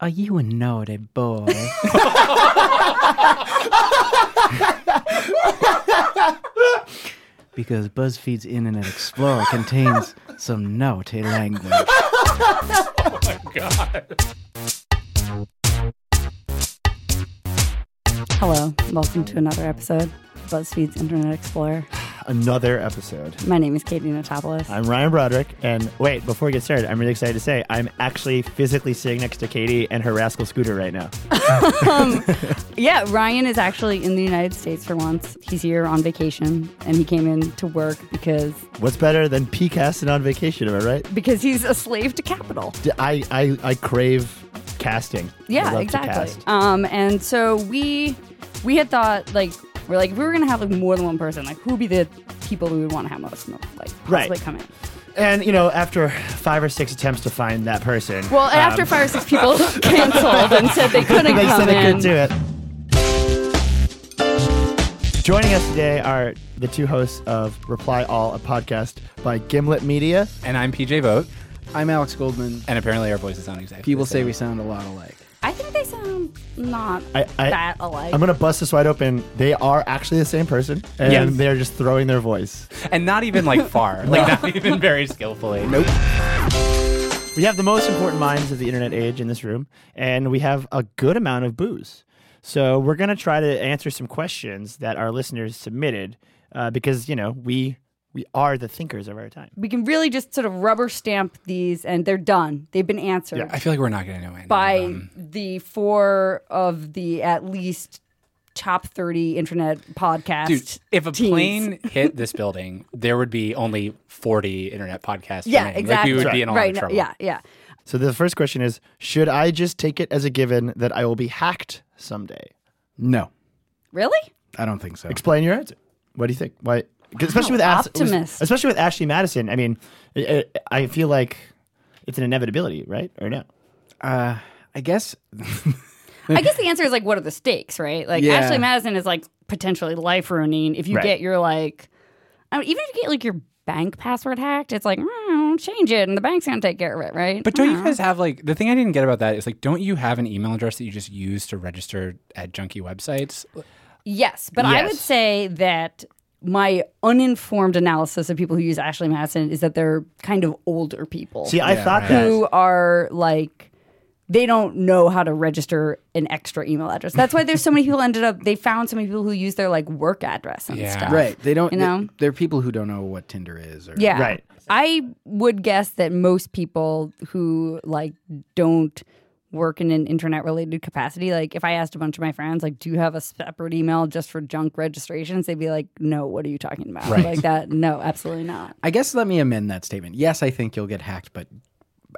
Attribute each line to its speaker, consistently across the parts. Speaker 1: Are Oh, you a naughty boy? because BuzzFeed's Internet Explorer contains some naughty language.
Speaker 2: Hello, welcome to another episode of BuzzFeed's Internet Explorer.
Speaker 3: Another episode.
Speaker 2: My name is Katie Natopoulos.
Speaker 3: I'm Ryan Broderick, and wait, before we get started, I'm really excited to say I'm actually physically sitting next to Katie and her rascal scooter right now.
Speaker 2: yeah, Ryan is actually in the United States for once. He's here on vacation, and he came in to work because
Speaker 3: What's better than PCAST and on vacation, am I right?
Speaker 2: because he's a slave to capital.
Speaker 3: D- I, I, I crave casting. I love
Speaker 2: Yeah,
Speaker 3: to
Speaker 2: exactly.
Speaker 3: cast.
Speaker 2: Um, and so we we had thought like we're like if we were gonna have like more than one person. Like who would be the people we would want to have most like possibly
Speaker 3: Right.
Speaker 2: come in.
Speaker 3: And, you know, after five or six attempts to find that person,
Speaker 2: Well,
Speaker 3: um,
Speaker 2: after five Oh, or six people canceled and said they couldn't
Speaker 3: they
Speaker 2: come
Speaker 3: said they
Speaker 2: in.
Speaker 3: couldn't do it. Joining us today are the two hosts of Reply All, a podcast by Gimlet Media.
Speaker 4: And I'm PJ Vote.
Speaker 1: I'm Alex Goldman.
Speaker 4: And apparently our voices sound exactly
Speaker 1: People
Speaker 4: the
Speaker 1: say
Speaker 4: same.
Speaker 1: we sound a lot alike.
Speaker 2: I think they sound not
Speaker 3: I- I-
Speaker 2: that alike.
Speaker 3: I'm gonna bust this wide open. They are actually the same person, and
Speaker 4: Yes.
Speaker 3: they're just throwing their voice.
Speaker 4: And not even like far. like not even very skillfully. Nope.
Speaker 3: We have the most important minds of the internet age in this room, and we have a good amount of booze. So we're gonna try to answer some questions that our listeners submitted, uh, because you know we we are the thinkers of our time.
Speaker 2: we can really just sort of rubber stamp these and they're done. They've been answered
Speaker 4: I feel like we're not gonna know any
Speaker 2: by
Speaker 4: of them.
Speaker 2: the four of the at least top 30 internet podcast.
Speaker 4: Dude, if a
Speaker 2: teams.
Speaker 4: plane hit this building, there would be only 40 internet podcasts.
Speaker 2: yeah,
Speaker 4: remaining. Like
Speaker 2: exactly.
Speaker 4: we would be in a lot
Speaker 2: right,
Speaker 4: of
Speaker 2: no-
Speaker 4: trouble.
Speaker 2: Yeah, yeah.
Speaker 3: So the first question is: Should I just take it as a given that I will be hacked someday?
Speaker 1: No,
Speaker 2: Really?
Speaker 1: I don't think so.
Speaker 3: Explain your answer. What do you think? Why? 'cause Especially with Ash-
Speaker 2: optimist.
Speaker 3: especially with Ashley Madison. I mean, I, I I feel like it's an inevitability, right? Or no?
Speaker 1: Uh, I guess
Speaker 2: I guess the answer is like, what are the stakes, right? Like,
Speaker 1: Yeah.
Speaker 2: Ashley Madison is like potentially life ruining. If you
Speaker 3: Right.
Speaker 2: get your like, I mean, even if you get like your bank password hacked, it's like, mm, change it and the bank's gonna take care of it, right?
Speaker 4: But don't you guys have like the thing I didn't get about that is like don't you have an email address that you just use to register at junky websites?
Speaker 2: Yes, but I would
Speaker 3: Yes.
Speaker 2: say that my uninformed analysis of people who use Ashley Madison is that they're kind of older people
Speaker 3: See, I thought that.
Speaker 2: who are like they don't know how to register an extra email address. That's why there's so many people ended up they found so many people who use their like work address and
Speaker 4: Yeah.
Speaker 2: stuff.
Speaker 1: right. They don't.
Speaker 2: You know?
Speaker 1: They, are people who don't know what Tinder is. Or,
Speaker 2: Yeah.
Speaker 3: Right.
Speaker 2: I would guess that most people who like don't work in an internet related capacity, like if I asked a bunch of my friends, like, do you have a separate email just for junk registrations? They'd be like, no, what are you talking about?
Speaker 4: Right.
Speaker 2: Like that, no, absolutely not.
Speaker 1: I guess let me amend that statement. Yes, I think you'll get hacked, but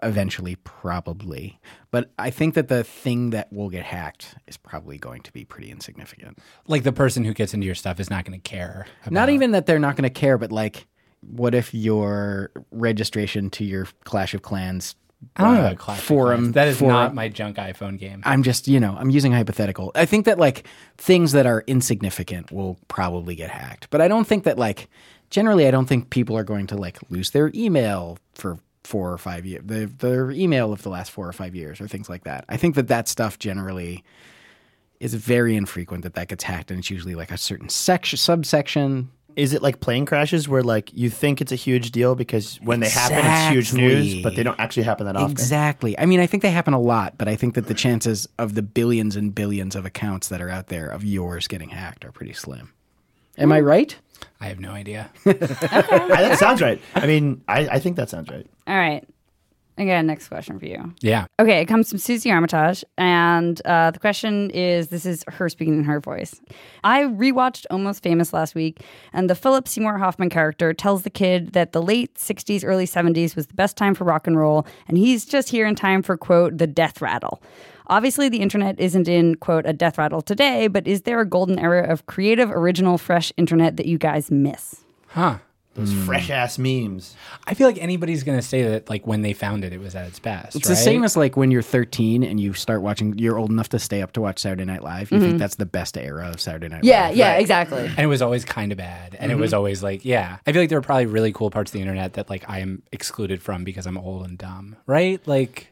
Speaker 1: eventually, probably. But I think that the thing that will get hacked is probably going to be pretty insignificant.
Speaker 4: Like the person who gets into your stuff is not gonna care. About,
Speaker 1: Not even that they're not going to care, but like, what if your registration to your Clash of Clans
Speaker 4: I don't know
Speaker 1: uh,
Speaker 4: about Clash of
Speaker 1: forum
Speaker 4: Clans. That is
Speaker 1: forum-
Speaker 4: not my junk iPhone game.
Speaker 1: I'm just, you know, I'm using hypothetical. I think that like things that are insignificant will probably get hacked. But I don't think that like generally I don't think people are going to like lose their email for 4 or 5 years. Their, their email of the last 4 or 5 years or things like that. I think that that stuff generally is very infrequent that that gets hacked and it's usually like a certain section subsection.
Speaker 3: Is it like plane crashes where like you think it's a huge deal because when they happen it's huge
Speaker 1: Exactly.
Speaker 3: news, but they don't actually happen that often?
Speaker 1: Exactly. I mean, I think they happen a lot, but I think that the chances of the billions and billions of accounts that are out there of yours getting hacked are pretty slim. Am I right?
Speaker 4: I have no idea.
Speaker 3: I- that sounds right. I mean, I, I think that sounds right.
Speaker 2: All right. I got a next question for you.
Speaker 4: yeah.
Speaker 2: Okay, it comes from Susie Armitage, and uh, the question is: This is her speaking in her voice. I rewatched Almost Famous last week, and the Philip Seymour Hoffman character tells the kid that the late '60s, early '70s was the best time for rock and roll, and he's just here in time for quote the death rattle. Obviously, the internet isn't in quote a death rattle today, but is there a golden era of creative, original, fresh internet that you guys miss?
Speaker 4: Huh.
Speaker 3: Those fresh ass memes.
Speaker 4: I feel like anybody's gonna say that like when they found it, it was at its best.
Speaker 1: It's the same as like when you're 13 and you start watching. You're old enough to stay up to watch Saturday Night Live. You think that's the best era of Saturday Night Live?
Speaker 2: Mm-hmm. yeah, exactly.
Speaker 4: and it was always kind of bad, and it
Speaker 3: Mm-hmm.
Speaker 4: was always like, yeah. I feel like there were probably really cool parts of the internet that like I am excluded from because I'm old and dumb, right? Like,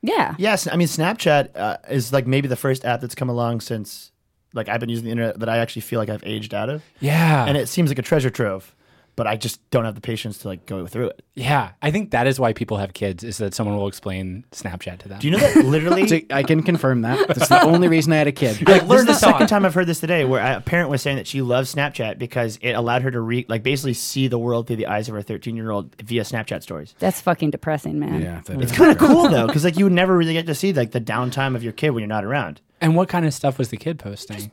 Speaker 2: Yeah.
Speaker 3: Yes, I mean Snapchat uh, is like maybe the first app that's come along since like I've been using the internet that I actually feel like I've aged out of,
Speaker 4: Yeah.
Speaker 3: and it seems like a treasure trove, but I just don't have the patience to like go through it.
Speaker 4: yeah. I think that is why people have kids is that someone will explain Snapchat to them.
Speaker 3: Do you know that literally?
Speaker 1: So I can confirm that. That's the only reason I had a kid.
Speaker 3: like, this
Speaker 4: learn
Speaker 3: is the
Speaker 4: the
Speaker 3: second
Speaker 4: song.
Speaker 3: time I've heard this today, where a parent was saying that she loves Snapchat because it allowed her to re- like basically see the world through the eyes of her 13 year old via Snapchat stories.
Speaker 2: That's fucking depressing, man.
Speaker 1: Yeah, that is-
Speaker 3: It's kind of cool though, because like you would never really get to see like the downtime of your kid when you're not around.
Speaker 4: and what kind of stuff was the kid posting?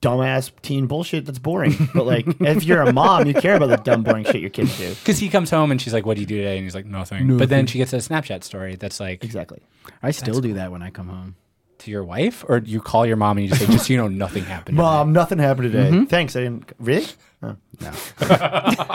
Speaker 3: Dumbass teen bullshit that's boring. But like, if you're a mom, you care about the dumb boring shit your kids do.
Speaker 4: Because he comes home and she's like, "What do you do today?" And he's like, "Nothing." But then she gets a Snapchat story that's like
Speaker 3: Exactly.
Speaker 1: I still do that when I come home.
Speaker 4: to your wife, or you call your mom and you just say, "Just so you know, nothing happened."
Speaker 3: Mom, um, nothing happened today. Thanks. I didn't really. Oh.
Speaker 1: No.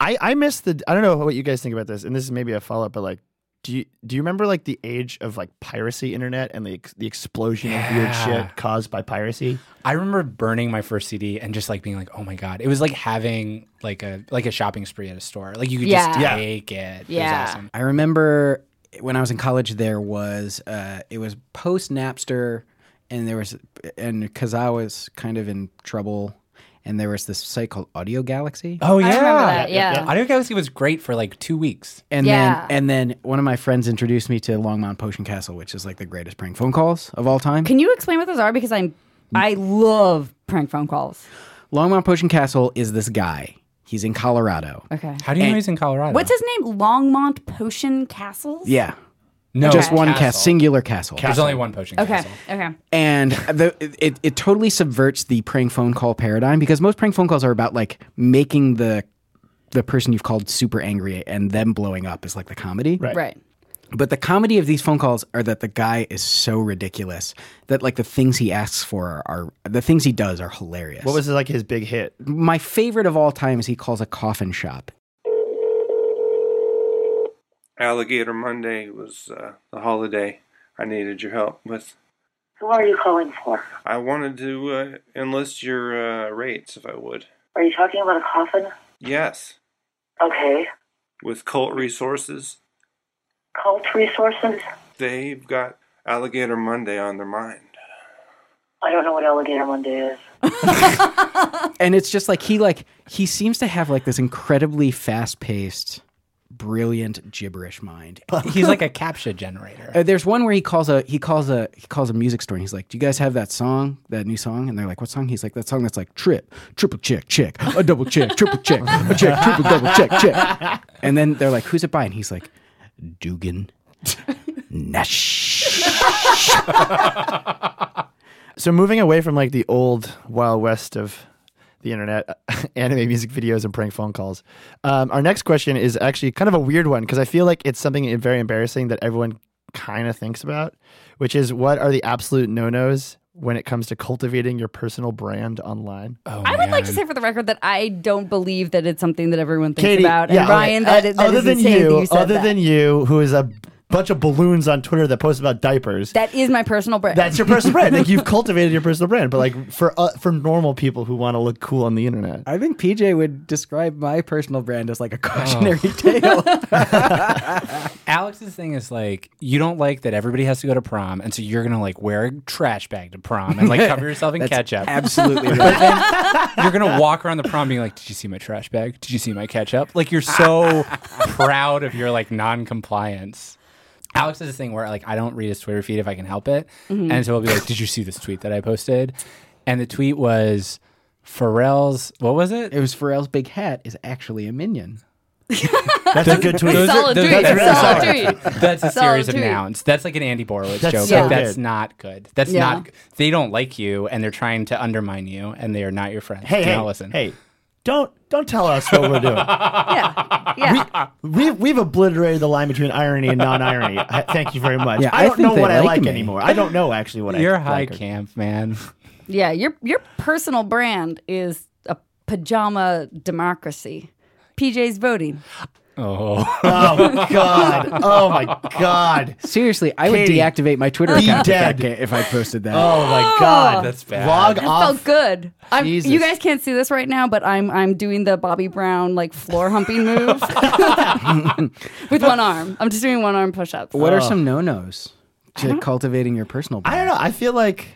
Speaker 3: I I miss the. I don't know what you guys think about this, and this is maybe a follow up, but like. Do you, do you remember like the age of like piracy internet and the ex- the explosion of weird
Speaker 4: Yeah.
Speaker 3: shit caused by piracy?
Speaker 4: I remember burning my first CD and just like being like, "Oh my god!" It was like having like a like a shopping spree at a store. Like you could just
Speaker 2: Yeah.
Speaker 3: Yeah.
Speaker 4: take it.
Speaker 2: Yeah.
Speaker 4: it was awesome.
Speaker 1: I remember when I was in college, there was uh, it was post Napster, and there was and because I was kind of in trouble, and there was this site called Audio Galaxy,
Speaker 4: Oh yeah,
Speaker 2: I remember that. Yeah.
Speaker 3: yeah,
Speaker 4: Audio Galaxy was great for like two weeks.
Speaker 1: and
Speaker 2: Yeah.
Speaker 1: then and then one of my friends introduced me to Longmont Potion Castle, which is like the greatest prank phone calls of all time.
Speaker 2: Can you explain what those are? Because I'm I love prank phone calls.
Speaker 1: Longmont Potion Castle is this guy. He's in Colorado.
Speaker 2: Okay.
Speaker 4: How do you know he's in Colorado?
Speaker 2: What's his name? Longmont Potion Castles?
Speaker 1: Yeah,
Speaker 4: no?
Speaker 3: Oh.
Speaker 1: just one
Speaker 4: castle.
Speaker 1: cast, singular castle.
Speaker 4: There's only one potion.
Speaker 2: Okay.
Speaker 4: Castle.
Speaker 2: Okay.
Speaker 1: and the, it, it totally subverts the prank phone call paradigm because most prank phone calls are about like making the the person you've called super angry and them blowing up is like the comedy
Speaker 3: Right.
Speaker 2: Right.
Speaker 1: but the comedy of these phone calls are that the guy is so ridiculous that like the things he asks for are, the things he does are hilarious
Speaker 3: What was like his big hit?
Speaker 1: my favorite of all time is he calls a coffin shop
Speaker 5: Alligator Monday was uh, the holiday I needed your help with.
Speaker 6: Who are you calling for?
Speaker 5: I wanted to uh, enlist your uh, rates if I would.
Speaker 6: Are you talking about a coffin?
Speaker 5: Yes,
Speaker 6: Okay.
Speaker 5: with Cult Resources,
Speaker 6: Cult resources?
Speaker 5: they've got Alligator Monday on their mind.
Speaker 6: I don't know what Alligator Monday is.
Speaker 1: and it's just like he like he seems to have like this incredibly fast-paced brilliant gibberish mind
Speaker 4: He's like a captcha generator.
Speaker 1: Uh, there's one where he calls a he calls a he calls a music store and he's like, "Do you guys have that song, that new song?" And they're like, "What song?" He's like, "That song that's like trip, triple check, check, a double check, triple check, a check, triple double check, check." And then they're like, "Who's it by?" And he's like, "Dugan Nash."
Speaker 3: So moving away from like the old wild west of the internet, anime music videos and prank phone calls. Um, our next question is actually kind of a weird one because I feel like it's something very embarrassing that everyone kind of thinks about, which is what are the absolute no nos when it comes to cultivating your personal brand online?
Speaker 4: Oh,
Speaker 2: I would like
Speaker 4: man.
Speaker 2: to say for the record that I don't believe that it's something that everyone thinks
Speaker 3: Katie,
Speaker 2: about. And
Speaker 3: yeah,
Speaker 2: Ryan,
Speaker 3: okay.
Speaker 2: that, is-
Speaker 3: Uh,
Speaker 2: that
Speaker 3: other
Speaker 2: is
Speaker 3: than
Speaker 2: insane
Speaker 3: you,
Speaker 2: that you said
Speaker 3: other
Speaker 2: that.
Speaker 3: than you, who is a bunch of balloons on Twitter that post about diapers.
Speaker 2: that is my personal brand.
Speaker 3: that's your personal brand. Like you've cultivated your personal brand, but like for uh, for normal people who want to look cool on the internet,
Speaker 1: I think PJ would describe my personal brand as like a cautionary tale.
Speaker 4: Alex's thing is like you don't like that everybody has to go to prom, and so you're gonna like wear a trash bag to prom and like cover yourself in ketchup.
Speaker 1: Absolutely right.
Speaker 4: you're gonna walk around the prom being like, "Did you see my trash bag? Did you see my ketchup?" Like you're so proud of your like non-compliance. Alex has this thing where like I don't read his Twitter feed if I can help it, and so he'll be like, "Did you see this tweet that I posted?" And the tweet was Pharrell's. What was it?
Speaker 1: It was Pharrell's big hat is actually a minion.
Speaker 3: that's a good tweet.
Speaker 4: Those are-
Speaker 2: Solid
Speaker 4: those-
Speaker 2: tweet.
Speaker 4: that's really
Speaker 2: Solid
Speaker 4: solid.
Speaker 2: tweet.
Speaker 4: That's a
Speaker 2: Solid
Speaker 4: series of
Speaker 2: tweet.
Speaker 4: nouns. That's like an Andy Borowitz
Speaker 3: That's
Speaker 4: joke.
Speaker 3: so
Speaker 4: Like, that's
Speaker 3: good.
Speaker 4: not good. That's
Speaker 2: Yeah.
Speaker 4: not. They don't like you, and they're trying to undermine you, and they are not your friends.
Speaker 3: hey,
Speaker 4: Do
Speaker 3: hey,
Speaker 4: not listen.
Speaker 3: hey, don't don't tell us what we're doing.
Speaker 2: yeah. Yeah.
Speaker 3: We we've obliterated the line between irony and non-irony. I- Thank you very much.
Speaker 1: Yeah,
Speaker 3: I
Speaker 1: I
Speaker 3: don't
Speaker 1: think
Speaker 3: know
Speaker 1: they
Speaker 3: what I
Speaker 1: like
Speaker 3: like
Speaker 1: me.
Speaker 3: anymore. I don't know actually what
Speaker 4: you're
Speaker 3: I
Speaker 4: high
Speaker 3: like. or-
Speaker 4: camp, man.
Speaker 2: yeah. Your your personal brand is a pajama democracy. PJ's voting.
Speaker 4: Oh,
Speaker 3: Oh God! Oh my God!
Speaker 1: Seriously, I would
Speaker 3: Katie,
Speaker 1: deactivate my Twitter
Speaker 3: be
Speaker 1: account if that
Speaker 3: dead.
Speaker 1: ga- if I posted that.
Speaker 3: Oh my God!
Speaker 4: That's bad.
Speaker 3: Log
Speaker 2: That felt
Speaker 3: off.
Speaker 2: good. I'm,
Speaker 1: Jesus.
Speaker 2: you guys can't see this right now, but I'm I'm doing the Bobby Brown like floor humping move with one arm. I'm just doing one arm push ups.
Speaker 1: What are some no nos to cultivating your personal?
Speaker 3: I
Speaker 1: brand?
Speaker 3: don't know. I feel like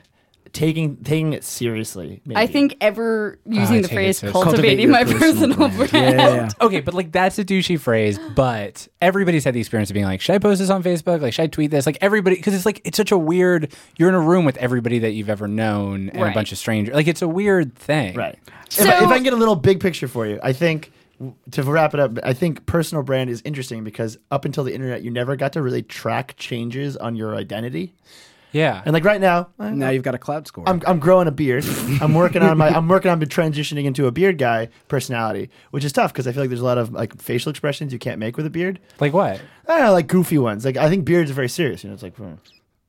Speaker 3: taking taking it seriously. Maybe.
Speaker 2: I think ever using
Speaker 4: I
Speaker 2: the
Speaker 4: take it
Speaker 2: phrase
Speaker 4: seriously.
Speaker 1: Cultivate
Speaker 2: cultivating
Speaker 1: your
Speaker 2: my personal brand.
Speaker 1: Yeah, yeah,
Speaker 4: okay, but like that's a douchey phrase. But everybody's had the experience of being like, should I post this on Facebook? Like, should I tweet this? Like everybody, because it's like it's such a weird. You're in a room with everybody that you've ever known and
Speaker 2: Right.
Speaker 4: a bunch of strangers. Like it's a weird thing.
Speaker 3: right.
Speaker 2: So-
Speaker 3: if, I, if I can get a little big picture for you, I think to wrap it up, I think personal brand is interesting because up until the internet, you never got to really track changes on your identity.
Speaker 4: Yeah.
Speaker 3: And like right now, I-
Speaker 1: Now you've got a cloud score.
Speaker 3: I'm, I'm growing a beard. I'm working on my I'm working on transitioning into a beard guy personality, which is tough because I feel like there's a lot of like facial expressions you can't make with a beard.
Speaker 4: like what?
Speaker 3: I don't know, like goofy ones. Like I think beards are very serious. You know, it's like hmm.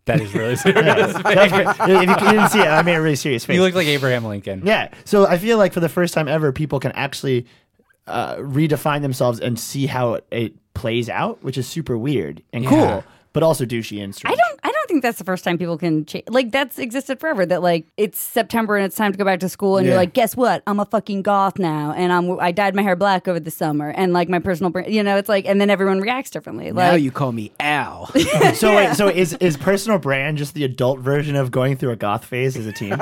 Speaker 4: That is really serious.
Speaker 3: That's great. if you didn't see it, I made a really serious face.
Speaker 4: you look like Abraham Lincoln.
Speaker 3: yeah. So I feel like for the first time ever, people can actually uh, redefine themselves and see how it, it plays out, which is super weird and cool, but also douchey and strange.
Speaker 2: I don't. I don't think that's the first time people can change. Like that's existed forever. That like it's September and it's time to go back to school, and you're
Speaker 1: Yeah.
Speaker 2: like, guess what? I'm a fucking goth now, and I'm I dyed my hair black over the summer, and like my personal brand. You know, it's like, and then everyone reacts differently. Like,
Speaker 1: now you call me Al.
Speaker 3: So, wait, so is is personal brand just the adult version of going through a goth phase as a teen?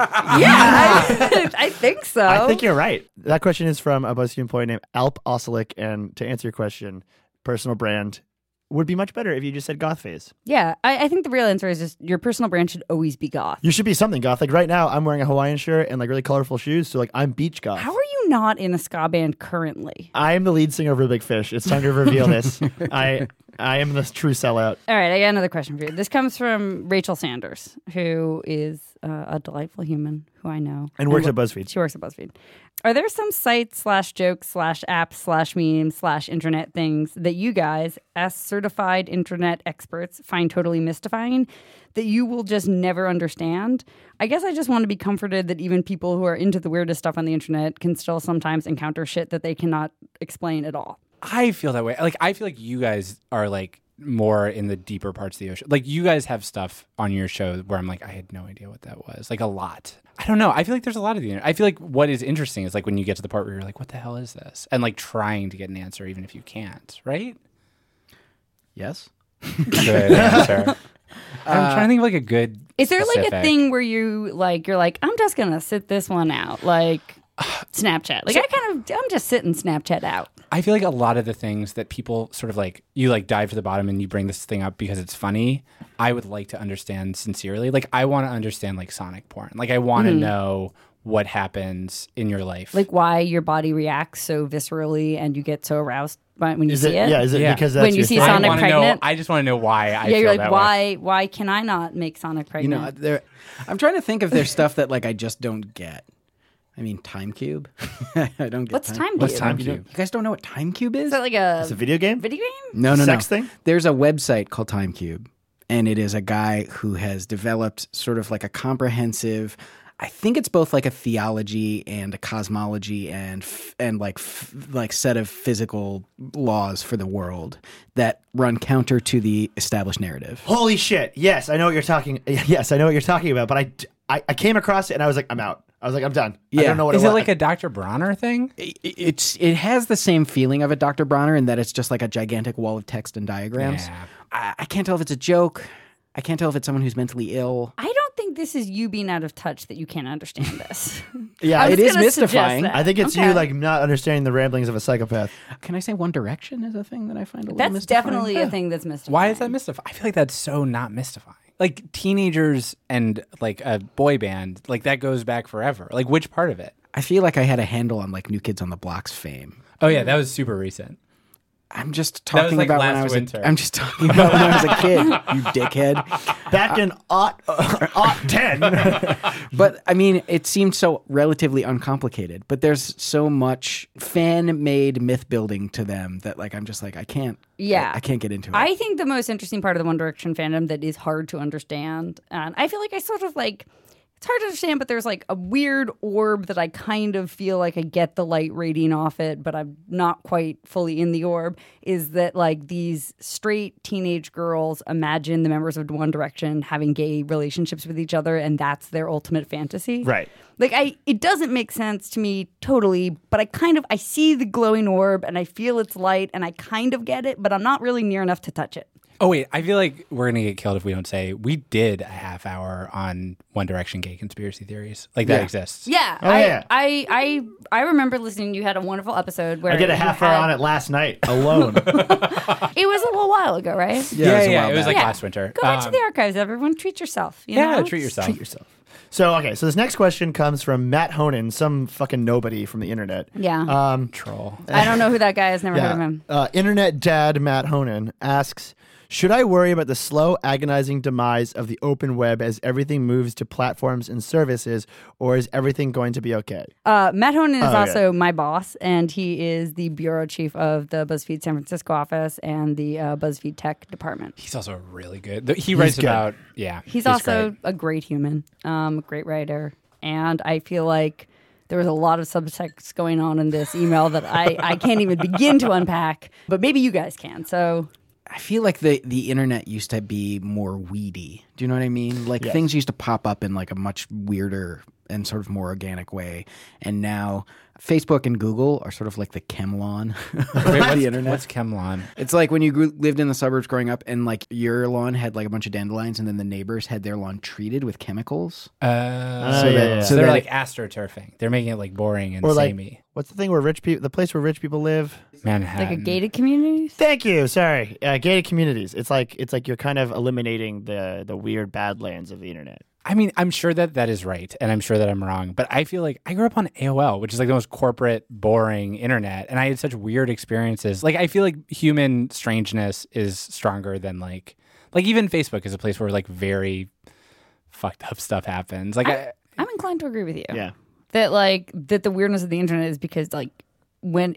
Speaker 2: yeah, I, I think so.
Speaker 3: I think you're right. That question is from a BuzzFeed employee named Alp Oselik. And to answer your question, personal brand would be much better if you just said goth phase.
Speaker 2: yeah, I, I think the real answer is just your personal brand should always be goth.
Speaker 3: You should be something goth. Like right now, I'm wearing a Hawaiian shirt and like really colorful shoes. So like I'm beach goth.
Speaker 2: How are you not in a ska band currently?
Speaker 3: I am the lead singer of Big Fish. It's time to reveal this. I I am the true sellout.
Speaker 2: All right, I got another question for you. This comes from Rachel Sanders, who is uh, a delightful human who I know
Speaker 3: And works at BuzzFeed.
Speaker 2: She works at BuzzFeed. Are there some sites slash jokes slash apps slash memes slash internet things that you guys, as certified internet experts, find totally mystifying that you will just never understand? I guess I just want to be comforted that even people who are into the weirdest stuff on the internet can still sometimes encounter shit that they cannot explain at all.
Speaker 4: I feel that way. Like I feel like you guys are like more in the deeper parts of the ocean. Like you guys have stuff on your show where I'm like, I had no idea what that was. Like a lot. I don't know. I feel like there's a lot of the internet. I feel like what is interesting is like when you get to the part where you're like, what the hell is this? And like trying to get an answer even if you can't, right?
Speaker 1: yes.
Speaker 4: Good answer. I'm trying to think of like a good
Speaker 2: Is there like a
Speaker 4: specific-
Speaker 2: thing where you like you're like I'm just gonna sit this one out like Snapchat like I kind of I'm just sitting Snapchat out.
Speaker 4: I feel like a lot of the things that people sort of like, you like dive to the bottom and you bring this thing up because it's funny. I would like to understand sincerely. Like, I want to understand like Sonic porn. Like, I want to know what happens in your life.
Speaker 2: like why your body reacts so viscerally and you get so aroused by when you
Speaker 3: Is
Speaker 2: see
Speaker 3: it,
Speaker 2: it.
Speaker 3: Yeah. Is it
Speaker 4: Yeah.
Speaker 3: because that's
Speaker 2: When you
Speaker 3: your
Speaker 2: see
Speaker 3: thing?
Speaker 4: I
Speaker 2: Sonic
Speaker 4: wanna know.
Speaker 2: pregnant?
Speaker 4: I just want to know why I
Speaker 2: yeah,
Speaker 4: feel
Speaker 2: you're like,
Speaker 4: that
Speaker 2: why
Speaker 4: way.
Speaker 2: why can I not make Sonic
Speaker 1: You
Speaker 2: pregnant?
Speaker 1: know, there. I'm trying to think if there's stuff that like I just don't get. I mean, Time Cube. I don't get.
Speaker 2: What's time cube?
Speaker 4: What's time
Speaker 2: Is
Speaker 4: cube?
Speaker 1: You guys don't know what Time Cube is?
Speaker 2: that like a,
Speaker 3: It's a video game?
Speaker 2: video game?
Speaker 1: No, no,
Speaker 3: sex
Speaker 1: no.
Speaker 3: thing?
Speaker 1: There's a website called TimeCube, and it is a guy who has developed sort of like a comprehensive. I think it's both like a theology and a cosmology and f- and like f- like set of physical laws for the world that run counter to the established narrative.
Speaker 3: Holy shit! Yes, I know what you're talking. Yes, I know what you're talking about. But I, I, I came across it and I was like, I'm out. I was like, I'm done. I
Speaker 1: Yeah.
Speaker 3: don't know what
Speaker 4: Is
Speaker 3: it
Speaker 4: it
Speaker 3: was.
Speaker 4: like a Dr. Bronner thing?
Speaker 1: It, it's it has the same feeling of a Dr. Bronner in that it's just like a gigantic wall of text and diagrams.
Speaker 4: Yeah.
Speaker 1: I, I can't tell if it's a joke. I can't tell if it's someone who's mentally ill.
Speaker 2: I don't think this is you being out of touch that you can't understand this.
Speaker 3: yeah,
Speaker 2: I
Speaker 3: it
Speaker 1: it
Speaker 2: was
Speaker 3: is.
Speaker 1: is
Speaker 2: gonna suggest
Speaker 1: mystifying.
Speaker 2: that.
Speaker 3: I think it's you
Speaker 2: Okay.
Speaker 3: like not understanding the ramblings of a psychopath.
Speaker 1: Can I say One Direction is a thing that I find a little
Speaker 2: That's
Speaker 1: mystifying?
Speaker 2: definitely a thing that's mystifying.
Speaker 4: Why is that mystifying? I feel like that's so not mystifying. Like teenagers and like a boy band, like that goes back forever. Like which part of it?
Speaker 1: I feel like I had a handle on like New Kids on the Block's fame.
Speaker 4: Oh yeah, that was super recent.
Speaker 1: I'm just
Speaker 4: was,
Speaker 1: talking
Speaker 4: like,
Speaker 1: about when
Speaker 4: last
Speaker 1: I was
Speaker 4: winter.
Speaker 1: a, I'm just talking about when I was a kid, you dickhead.
Speaker 2: Uh,
Speaker 3: Back in aught, uh, aught ten.
Speaker 1: But I mean, it seemed so relatively uncomplicated, but there's so much fan-made myth building to them that like I'm just like I can't
Speaker 2: Yeah.
Speaker 1: I, I can't get into it.
Speaker 2: I think the most interesting part of the One Direction fandom that is hard to understand, and I feel like I sort of like it's hard to understand, but there's like a weird orb that I kind of feel like I get the light radiating off it, but I'm not quite fully in the orb. Is that like these straight teenage girls imagine the members of One Direction having gay relationships with each other, and that's their ultimate fantasy?
Speaker 3: Right.
Speaker 2: Like I, it doesn't make sense to me totally, but I kind of I see the glowing orb and I feel its light and I kind of get it, but I'm not really near enough to touch it.
Speaker 4: Oh wait, I feel like we're gonna get killed if we don't say we did a half hour on One Direction gay conspiracy theories. Like that exists.
Speaker 2: Yeah,
Speaker 3: Oh,
Speaker 2: I,
Speaker 3: yeah.
Speaker 2: I, I, I remember listening. You had a wonderful episode where
Speaker 3: I did a
Speaker 2: you
Speaker 3: half hour
Speaker 2: had-
Speaker 3: on it last night alone.
Speaker 2: It was a little while ago, right?
Speaker 1: Yeah, it was a while
Speaker 4: It was
Speaker 1: back.
Speaker 4: like
Speaker 2: Yeah.
Speaker 4: last winter.
Speaker 2: Go back to
Speaker 4: Um,
Speaker 2: the archives, everyone. Treat yourself. You
Speaker 4: yeah,
Speaker 2: know?
Speaker 4: treat yourself.
Speaker 3: Treat yourself. So okay, so this next question comes from Matt Honan, some fucking nobody from the internet.
Speaker 2: Yeah.
Speaker 3: Um,
Speaker 4: Troll.
Speaker 2: I don't know who that guy is. Never heard of
Speaker 3: yeah.
Speaker 2: him.
Speaker 3: Uh, internet dad Matt Honan asks, should I worry about the slow, agonizing demise of the open web as everything moves to platforms and services, or is everything going to be okay?
Speaker 2: Uh, Matt Honan is
Speaker 3: Oh, yeah.
Speaker 2: also my boss, and he is the bureau chief of the BuzzFeed San Francisco office and the uh, BuzzFeed Tech department.
Speaker 4: He's also really good. Th- He writes
Speaker 3: good.
Speaker 4: about yeah.
Speaker 2: He's, also
Speaker 4: great.
Speaker 2: a great human, um, a great writer, and I feel like there was a lot of subtext going on in this email that I, I can't even begin to unpack. But maybe you guys can. So
Speaker 1: I feel like the the internet used to be more weedy. Do you know what I mean? Like things used to pop up in like a much weirder and sort of more organic way. And now Facebook and Google are sort of like the Kemlon of
Speaker 4: Wait, what's,
Speaker 1: the internet.
Speaker 4: What's Kemlon?
Speaker 1: It's like when you grew, lived in the suburbs growing up, and like your lawn had like a bunch of dandelions, and then the neighbors had their lawn treated with chemicals.
Speaker 4: Uh,
Speaker 3: So
Speaker 4: so,
Speaker 3: yeah,
Speaker 4: that,
Speaker 3: yeah,
Speaker 4: so
Speaker 1: yeah.
Speaker 4: they're
Speaker 1: that-
Speaker 4: like astroturfing. They're making it like boring and
Speaker 3: Or like,
Speaker 4: samey.
Speaker 3: what's the thing where rich people, the place where rich people live?
Speaker 4: Manhattan.
Speaker 2: like
Speaker 3: Um,
Speaker 2: a gated community.
Speaker 3: Thank you. Sorry, uh, gated communities. It's like it's like you're kind of eliminating the the weird badlands of the internet.
Speaker 4: I mean, I'm sure that that is right, and I'm sure that I'm wrong, but I feel like I grew up on AOL, which is like the most corporate, boring internet, and I had such weird experiences. Like, I feel like human strangeness is stronger than like, like even Facebook is a place where like very fucked up stuff happens. Like, I,
Speaker 2: I'm inclined to agree with you.
Speaker 3: Yeah.
Speaker 2: that like that the weirdness of the internet is because like when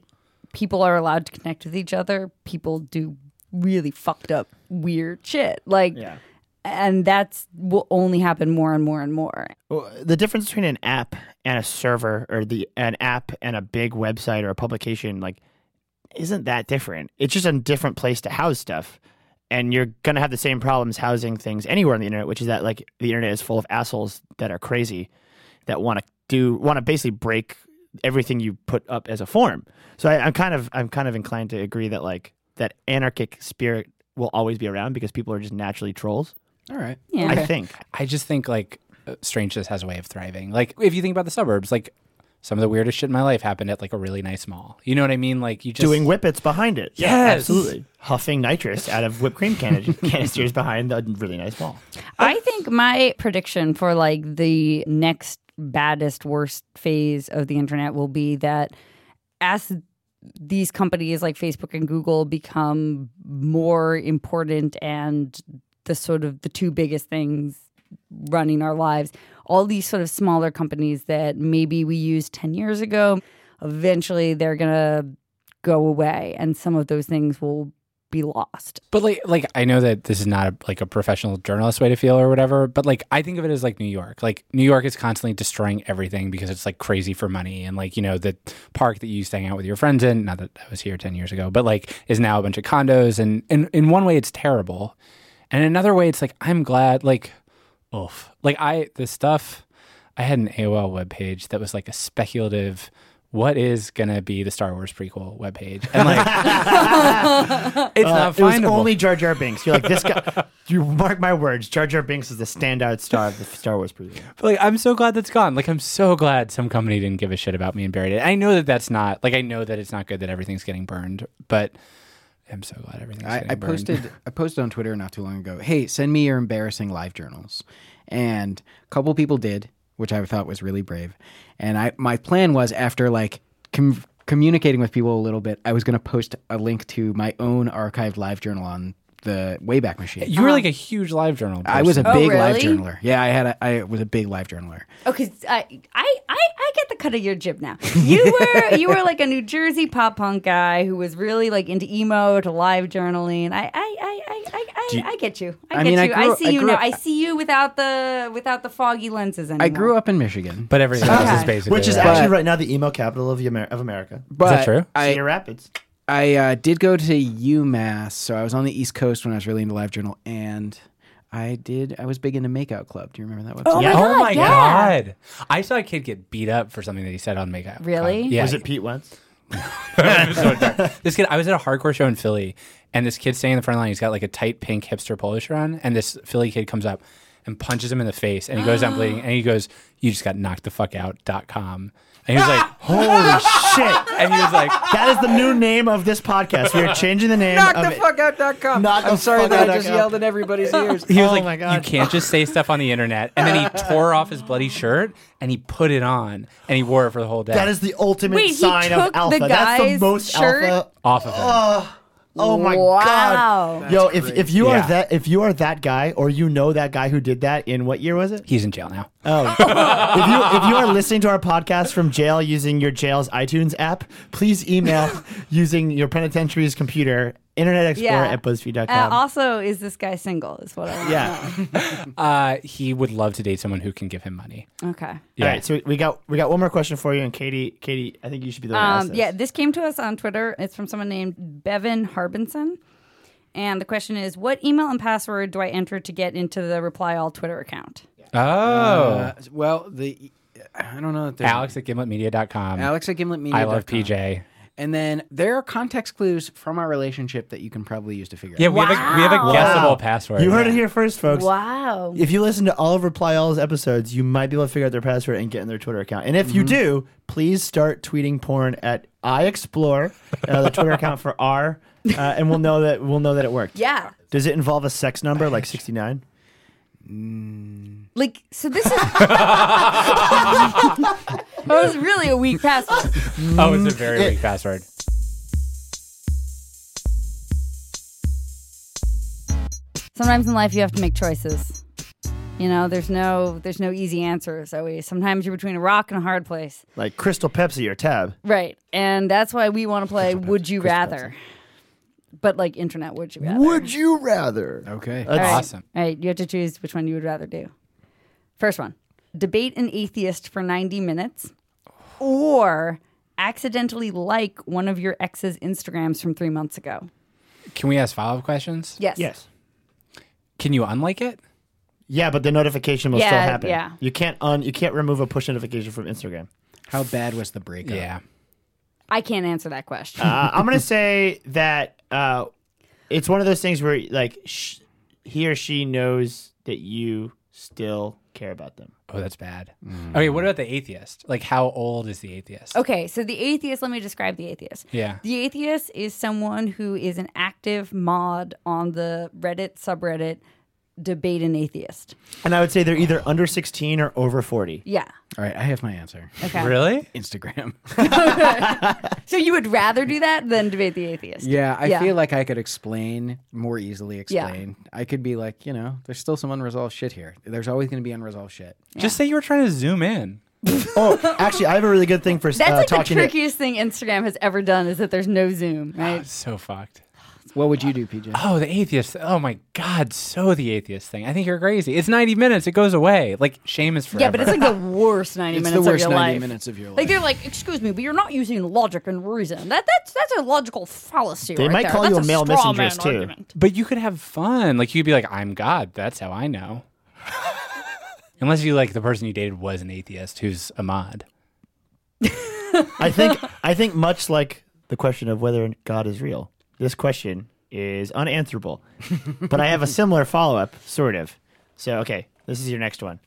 Speaker 2: people are allowed to connect with each other people do really fucked up weird shit like
Speaker 3: Yeah.
Speaker 2: and that's will only happen more and more and more
Speaker 3: Well, the difference between an app and a server or the an app and a big website or a publication like isn't that different it's just a different place to house stuff and you're going to have the same problems housing things anywhere on the internet which is that like the internet is full of assholes that are crazy that want to do want to basically break everything you put up as a form so I, i'm kind of i'm kind of inclined to agree that like that anarchic spirit will always be around because people are just naturally trolls
Speaker 1: All right.
Speaker 2: yeah
Speaker 3: i think
Speaker 4: I just think like uh, strangeness has a way of thriving. Like, if you think about the suburbs, like some of the weirdest shit in my life happened at like a really nice mall. You know what I mean? Like, you just
Speaker 3: doing whippets behind it.
Speaker 4: Yes.
Speaker 3: absolutely. Huffing nitrous out of whipped cream can- canisters behind a really nice wall.
Speaker 2: i think my prediction for like the next baddest worst phase of the internet will be that as these companies like Facebook and Google become more important and the sort of the two biggest things running our lives, all these sort of smaller companies that maybe we used 10 years ago, eventually they're going to go away and some of those things will be lost.
Speaker 4: But like, like I know that this is not a, like a professional journalist way to feel or whatever. But like, I think of it as like New York. Like New York is constantly destroying everything because it's like crazy for money, and like you know the park that you used to hang out with your friends in. Not that I was here ten years ago, but like is now a bunch of condos. And in in one way, it's terrible, and in another way, it's like I'm glad. Like, oof. Like I the stuff. I had an AOL webpage that was like a speculative. What is gonna be the Star Wars prequel webpage? And like, it's not
Speaker 3: Uh, It was
Speaker 4: findable.
Speaker 3: only Jar Jar Binks. You're like this guy. you mark my words. Jar Jar Binks is the standout star of the Star Wars preview.
Speaker 4: But, like I'm so glad that's gone. Like I'm so glad some company didn't give a shit about me and buried it. I know that that's not like I know that it's not good that everything's getting burned, but I'm so glad everything's
Speaker 1: I,
Speaker 4: getting
Speaker 1: I
Speaker 4: burned.
Speaker 1: posted I posted on Twitter not too long ago. Hey, send me your embarrassing live journals, and a couple people did, which I thought was really brave. And I my plan was after like com- communicating with people a little bit, I was going to post a link to my own archived live journal on the Wayback Machine.
Speaker 4: You were like
Speaker 2: Um,
Speaker 4: a huge live journal.
Speaker 1: I was a
Speaker 4: person.
Speaker 1: big live
Speaker 2: really?
Speaker 1: journaler. Yeah, I had a, I was a big live journaler.
Speaker 2: Okay, s- I, I, I, I get the cut of your jib now. You were you were like a New Jersey pop punk guy who was really like into emo to live journaling. I I I I, I, I,
Speaker 1: you-
Speaker 2: I get you. I,
Speaker 1: I
Speaker 2: get
Speaker 1: mean, I
Speaker 2: you.
Speaker 1: grew-
Speaker 2: I see
Speaker 1: I
Speaker 2: you
Speaker 1: grew
Speaker 2: now.
Speaker 1: up-
Speaker 2: I see you without the without the foggy lenses anymore.
Speaker 1: I grew up in Michigan,
Speaker 4: but everything else
Speaker 2: Okay.
Speaker 4: is basically
Speaker 3: Which is
Speaker 4: that.
Speaker 3: actually right now the emo capital of, the Amer- of America.
Speaker 1: but
Speaker 4: true?
Speaker 1: I
Speaker 3: Cedar Rapids.
Speaker 1: I uh, did go to UMass, so I was on the East Coast when I was really into live journal, and I did. I was big into Makeout Club. Do you remember that website?
Speaker 2: Oh my
Speaker 4: Oh
Speaker 2: God,
Speaker 4: my
Speaker 2: yeah.
Speaker 4: god! I saw a kid get beat up for something that he said on Makeout.
Speaker 2: Really?
Speaker 4: Yeah.
Speaker 3: Was it Pete Wentz?
Speaker 4: this kid, I was at a hardcore show in Philly, and this kid standing in the front line, he's got like a tight pink hipster polo shirt on, and this Philly kid comes up and punches him in the face, and he goes down bleeding, and he goes, "You just got knocked the fuck out." dot com, and he was like,
Speaker 3: Holy shit!
Speaker 4: and he was like,
Speaker 3: That is the new name of this podcast. We are changing the name. of it.
Speaker 1: Knockthefuckout.com.
Speaker 3: Knock the
Speaker 1: I'm sorry
Speaker 3: fuck
Speaker 1: that
Speaker 3: out
Speaker 1: I just
Speaker 3: dot com.
Speaker 1: yelled in everybody's ears.
Speaker 4: he was
Speaker 3: Oh
Speaker 4: like,
Speaker 3: my God.
Speaker 4: "You can't just say stuff on the internet." And then he tore off his bloody shirt and he put it on, and he wore it for the whole day.
Speaker 3: That is the ultimate
Speaker 2: Wait, he
Speaker 3: sign
Speaker 2: took
Speaker 3: of
Speaker 2: the
Speaker 3: alpha. That's the
Speaker 2: guy's
Speaker 3: most
Speaker 2: shirt?
Speaker 3: alpha.
Speaker 4: off of him.
Speaker 3: Oh my
Speaker 2: Wow.
Speaker 3: god. Yo, if, if you
Speaker 4: Yeah.
Speaker 3: are that if you are that guy or you know that guy who did that in what year was it?
Speaker 4: He's in jail now.
Speaker 3: Um, if you if you are listening to our podcast from jail using your jail's iTunes app, please email using your penitentiary's computer, Internet Explorer
Speaker 2: Yeah.
Speaker 3: at BuzzFeed.com.
Speaker 1: Um,
Speaker 2: Uh, also, is this guy single? Is what I want.
Speaker 3: yeah.
Speaker 4: Uh, he would love to date someone who can give him money.
Speaker 2: Okay.
Speaker 4: Yeah.
Speaker 3: All right. So we got we got one more question for you, and Katie, Katie, I think you should be the one. to ask
Speaker 2: Um,
Speaker 3: this.
Speaker 2: yeah, this came to us on Twitter. It's from someone named Bevan Harbinson. And the question is, what email and password do I enter to get into the Reply All Twitter account?
Speaker 4: Oh,
Speaker 1: Uh, well, the I don't know. That there's-
Speaker 4: Alex at gimletmedia.com.
Speaker 1: Alex at GimletMedia.
Speaker 4: I love PJ.
Speaker 1: And then there are context clues from our relationship that you can probably use to figure
Speaker 4: Yeah,
Speaker 1: out.
Speaker 4: we, have a, we have a
Speaker 2: Wow.
Speaker 4: guessable password.
Speaker 3: You heard it here first, folks.
Speaker 2: Wow.
Speaker 3: If you listen to all of Reply All's episodes, you might be able to figure out their password and get in their Twitter account. And if you do, please start tweeting porn at I Explore, uh, the Twitter account for R, uh, and we'll know that we'll know that it worked.
Speaker 2: Yeah.
Speaker 3: Does it involve a sex number like sixty nine?
Speaker 2: Like, so this is. that was really a weak password.
Speaker 4: Oh, it's a very weak password.
Speaker 2: Sometimes in life, you have to make choices. You know, there's no there's no easy answers always. Sometimes you're between a rock and a hard place.
Speaker 3: Like Crystal Pepsi or Tab?
Speaker 2: Right. And that's why we want to play Would You Rather. But like internet Would You Rather.
Speaker 3: Would you rather?
Speaker 1: Okay.
Speaker 3: That's
Speaker 2: All right.
Speaker 4: Awesome.
Speaker 2: All right, you have to choose which one you would rather do. First one debate an atheist for 90 minutes or accidentally like one of your ex's Instagrams from three months ago.
Speaker 4: Can we ask follow up questions?
Speaker 2: Yes.
Speaker 3: yes.
Speaker 4: Can you unlike it?
Speaker 3: Yeah, but the notification will still
Speaker 2: Yeah,
Speaker 3: happen.
Speaker 2: yeah.
Speaker 3: You can't un you can't remove a push notification from Instagram.
Speaker 1: How bad was the breakup?
Speaker 4: Yeah.
Speaker 2: I can't answer that question.
Speaker 3: Uh, I'm gonna say that uh, it's one of those things where like sh- he or she knows that you still care about them.
Speaker 4: Oh, that's bad. Okay, what about the atheist? Like, how old is the atheist?
Speaker 2: okay, so the atheist, let me describe the atheist.
Speaker 4: Yeah.
Speaker 2: The atheist is someone who is an active mod on the Reddit subreddit debate an atheist.
Speaker 3: And I would say they're either under 16 or over 40.
Speaker 2: Yeah.
Speaker 1: All right, I have my answer.
Speaker 2: Okay.
Speaker 4: Really?
Speaker 1: Instagram.
Speaker 2: So you would rather do that than debate the atheist?
Speaker 1: Yeah, I feel like I could explain more easily. Explain. I could be like, you know, there's still some unresolved shit here. There's always going to be unresolved shit.
Speaker 4: Just say you were trying to zoom in.
Speaker 3: Oh, actually, I have a really good thing for
Speaker 2: That's
Speaker 3: uh,
Speaker 2: like the
Speaker 3: talking to-
Speaker 2: trickiest thing Instagram has ever done is that there's no Zoom, right?
Speaker 4: So fucked.
Speaker 1: What would you do, PJ?
Speaker 4: Oh, the atheist. Oh my God. So the atheist thing. I think you're crazy. It's 90 minutes. It goes away. Like, shame is
Speaker 3: Ah,
Speaker 4: forever.
Speaker 2: yeah, but it's like the worst 90
Speaker 1: it's the
Speaker 2: minutes
Speaker 1: worst
Speaker 2: of your
Speaker 1: 90
Speaker 2: life.
Speaker 1: minutes of your
Speaker 2: Like
Speaker 1: life.
Speaker 2: they're like, excuse me, but you're not using logic and reason. That that's that's a logical fallacy.
Speaker 3: They
Speaker 2: right
Speaker 3: might
Speaker 2: there.
Speaker 3: call
Speaker 2: That's
Speaker 3: you a male
Speaker 2: straw
Speaker 3: misandrist,
Speaker 2: man
Speaker 3: too.
Speaker 2: argument.
Speaker 4: But you could have fun. Like, you could be like, I'm God. That's how I know. Unless you like the person you dated was an atheist who's a mod.
Speaker 3: I think I think much like the question of whether God is real, this question is unanswerable. but I have a similar follow-up, sort of. So, okay, this is your next one.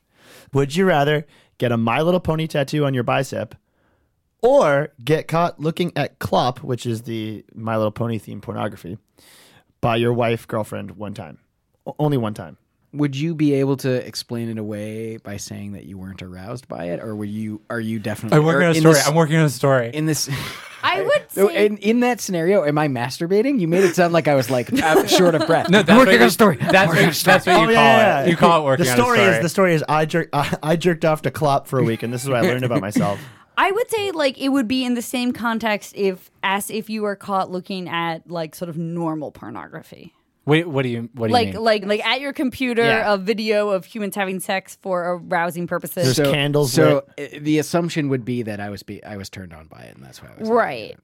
Speaker 3: Would you rather get a My Little Pony tattoo on your bicep or get caught looking at Clop, which is the My Little Pony themed pornography, by your wife, girlfriend one time? O- only one time.
Speaker 1: would you be able to explain it away by saying that you weren't aroused by it, or were you? Are you definitely?
Speaker 4: I'm working
Speaker 1: or
Speaker 4: on a
Speaker 1: in
Speaker 4: story.
Speaker 1: This,
Speaker 4: I'm working on a story.
Speaker 1: in this.
Speaker 2: I would
Speaker 1: So
Speaker 2: say
Speaker 1: in, in that scenario, am I masturbating? You made it sound like I was like out- short of breath.
Speaker 4: no, that's
Speaker 1: I'm
Speaker 4: what
Speaker 1: working
Speaker 4: you-
Speaker 1: on a story.
Speaker 4: That's what, you- that's what you
Speaker 3: Oh,
Speaker 4: call
Speaker 3: yeah,
Speaker 4: it. You call it working
Speaker 3: the
Speaker 4: on
Speaker 3: story
Speaker 4: a story.
Speaker 3: is the story is I jerk I, I jerked off to Klopp for a week, and this is what I learned about myself.
Speaker 2: I would say like it would be in the same context if as if you were caught looking at like sort of normal pornography.
Speaker 4: Wait, what do you what do
Speaker 2: Like
Speaker 4: you mean?
Speaker 2: like like at your computer
Speaker 4: Yeah.
Speaker 2: a video of humans having sex for arousing purposes.
Speaker 3: There's candles
Speaker 1: So uh, the assumption would be that I was be I was turned on by it, and that's why I was.
Speaker 2: right.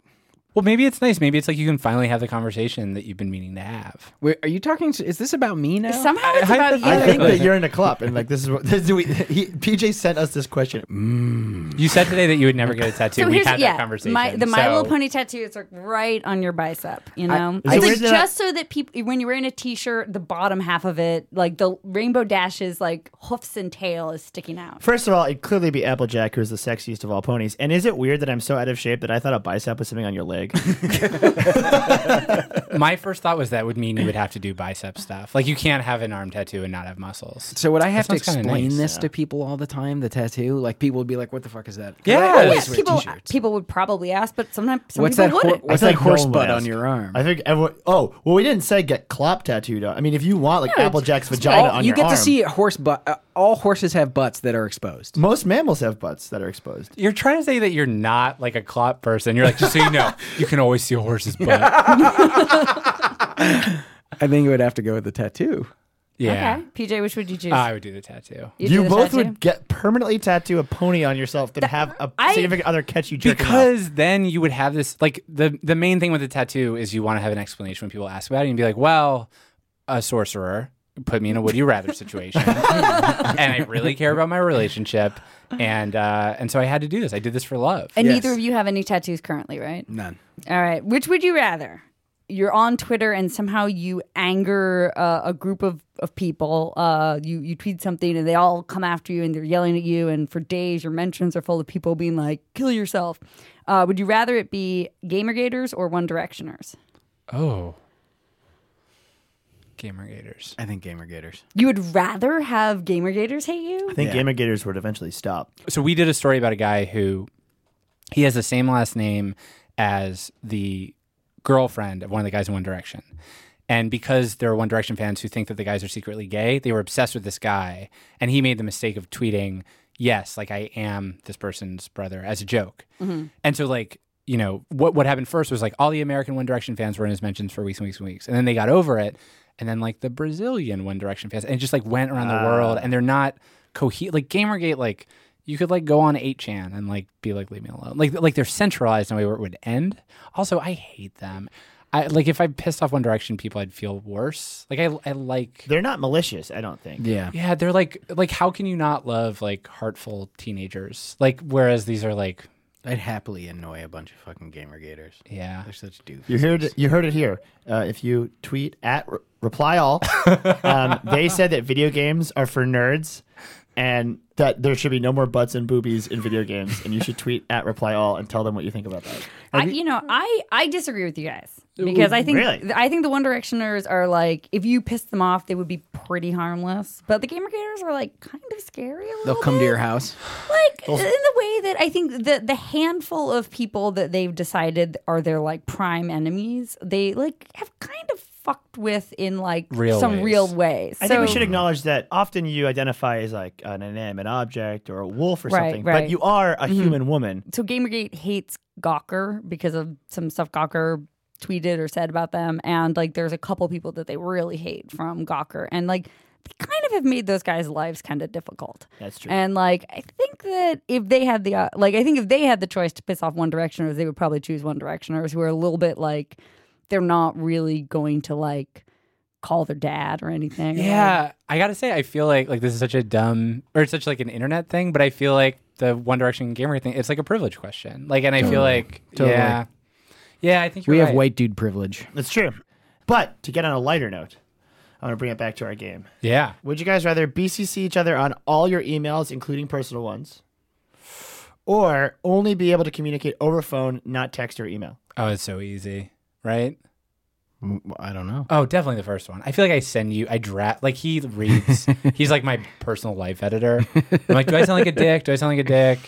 Speaker 4: well, maybe it's nice. Maybe it's like you can finally have the conversation that you've been meaning to have.
Speaker 1: Wait, are you talking? To, is this about me now?
Speaker 2: Somehow it's about
Speaker 3: I think
Speaker 2: you.
Speaker 3: that you're in a club, and like this is what this, do we, he, PJ sent us this question.
Speaker 4: You said today that you would never get a tattoo. we had that conversation.
Speaker 2: My, the My
Speaker 4: so-
Speaker 2: Little Pony tattoo is like right on your bicep, you know.
Speaker 3: I- Is it
Speaker 2: it's like
Speaker 3: weird that-
Speaker 2: just so that people, when you're wearing a t-shirt, the bottom half of it, like the rainbow dashes, like hoofs and tail is sticking out.
Speaker 3: First of all, it'd clearly be Applejack, who's the sexiest of all ponies. And is it weird that I'm so out of shape that I thought a bicep was something on your leg?
Speaker 4: My first thought was that would mean you would have to do bicep stuff. Like you can't have an arm tattoo and not have muscles.
Speaker 1: So would I have to
Speaker 4: sounds kinda
Speaker 1: explain
Speaker 4: nice,
Speaker 1: this to people all the time? The tattoo, like people would be like, "What the fuck is that?" 'Cause I
Speaker 4: Yeah.
Speaker 1: always
Speaker 4: Oh,
Speaker 2: Yeah,
Speaker 1: wear
Speaker 2: people
Speaker 1: t-shirts.
Speaker 2: people would probably ask, but sometimes some
Speaker 1: What's
Speaker 2: people
Speaker 1: that?
Speaker 2: wouldn't.
Speaker 1: Hor- what's
Speaker 3: I
Speaker 1: that
Speaker 3: feel like no
Speaker 1: horse
Speaker 3: one would
Speaker 1: butt on
Speaker 3: ask.
Speaker 1: your arm?
Speaker 3: I think everyone. Oh, well, we didn't say get Klopp tattooed. on. I mean, if you want like Applejack's vagina
Speaker 1: all,
Speaker 3: on
Speaker 1: you
Speaker 3: your
Speaker 1: get to
Speaker 3: arm,
Speaker 1: see a horse butt. Uh, all horses have butts that are exposed.
Speaker 3: most mammals have butts that are exposed.
Speaker 4: You're trying to say that you're not like a clot person. You're like, just so you know, you can always see a horse's butt.
Speaker 1: I think it would have to go with the tattoo.
Speaker 4: Yeah. Uh,
Speaker 2: Okay, PJ, which would you choose?
Speaker 4: I would do the tattoo.
Speaker 2: You'd
Speaker 3: You
Speaker 2: do the
Speaker 3: both
Speaker 2: tattoo?
Speaker 3: would get permanently tattoo a pony on yourself than have a
Speaker 2: I-
Speaker 3: significant other catch you jerking off.
Speaker 4: Because then you would have this like the the main thing with the tattoo is you want to have an explanation when people ask about it and be like, well, a sorcerer put me in a would you rather situation, and I really care about my relationship, and uh, and so I had to do this. I did this for love.
Speaker 2: And
Speaker 1: Yes.
Speaker 2: neither of you have any tattoos currently, right?
Speaker 1: None.
Speaker 2: All right. Which would you rather? You're on Twitter and somehow you anger uh, a group of, of people. Uh, you, you tweet something and they all come after you and they're yelling at you. And for days, your mentions are full of people being like, kill yourself. Uh, would you rather it be Gamergators or One Directioners?
Speaker 4: oh, gamer gators.
Speaker 1: I think gamer gators.
Speaker 2: You would rather have Gamergators hate you?
Speaker 3: I think Gamer Gators would eventually stop.
Speaker 4: so we did a story about a guy who he has the same last name as the girlfriend of one of the guys in One Direction. And because there are One Direction fans who think that the guys are secretly gay, they were obsessed with this guy. And he made the mistake of tweeting, Yes, like I am this person's brother as a joke. And so, like, you know, what, what happened first was like all the American One Direction fans were in his mentions for weeks and weeks and weeks. And then they got over it. And then, like, the Brazilian One Direction fans, and it just like went around the world and they're not cohe Like, Gamergate, like, you could like go on 8chan and like be like leave me alone like like they're centralized in a way where it would end also i hate them i like if i pissed off one direction people i'd feel worse like i, I like
Speaker 3: They're not malicious, I don't think.
Speaker 1: Yeah.
Speaker 4: yeah they're like like how can you not love like heartful teenagers like whereas these are like
Speaker 1: I'd happily annoy a bunch of fucking gamer gators.
Speaker 4: yeah
Speaker 1: They're such doofuses.
Speaker 3: You heard it, you heard it here. Uh, if you tweet at re- reply all, um, they said that video games are for nerds, and that there should be no more butts and boobies in video games. And you should tweet at reply all and tell them what you think about that.
Speaker 2: I, you know, I I disagree with you guys because I think
Speaker 3: Really?
Speaker 2: I think the One Directioners are like if you piss them off, they would be pretty harmless. But the Gamer Gators are like kind of scary. A little
Speaker 1: They'll come to
Speaker 2: bit.
Speaker 1: your house.
Speaker 2: like in the way that I think the the handful of people that they've decided are their like prime enemies, they like have kind of fucked with in like
Speaker 4: Real
Speaker 2: some
Speaker 4: ways.
Speaker 2: real ways.
Speaker 3: I think we should acknowledge that often you identify as like an inanimate object or a wolf or
Speaker 2: Right,
Speaker 3: something,
Speaker 2: right. Mm-hmm.
Speaker 3: but you are a human woman.
Speaker 2: so Gamergate hates Gawker because of some stuff Gawker tweeted or said about them, and like there's a couple people that they really hate from Gawker, and like they kind of have made those guys' lives kind of difficult.
Speaker 3: That's true.
Speaker 2: And like I think that if they had the uh, like I think if they had the choice to piss off One Directioners, they would probably choose One Directioners, who are a little bit like they're not really going to like call their dad or anything.
Speaker 4: yeah i gotta say i feel like like this is such a dumb or it's such like an internet thing but i feel like the one direction gamer thing it's like a privilege question like and i feel like
Speaker 1: Totally.
Speaker 4: yeah yeah i think you're
Speaker 1: We have
Speaker 4: right.
Speaker 1: white dude privilege.
Speaker 3: That's true. But to get on a lighter note, I want to bring it back to our game.
Speaker 4: yeah
Speaker 3: Would you guys rather BCC each other on all your emails, including personal ones, or only be able to communicate over phone, not text or email?
Speaker 4: Oh, it's so easy, right?
Speaker 1: Mm, I don't know.
Speaker 4: Oh, definitely the first one. I feel like I send you, I draft, like he reads, he's like my personal life editor. I'm like, do I sound like a dick? Do I sound like a dick?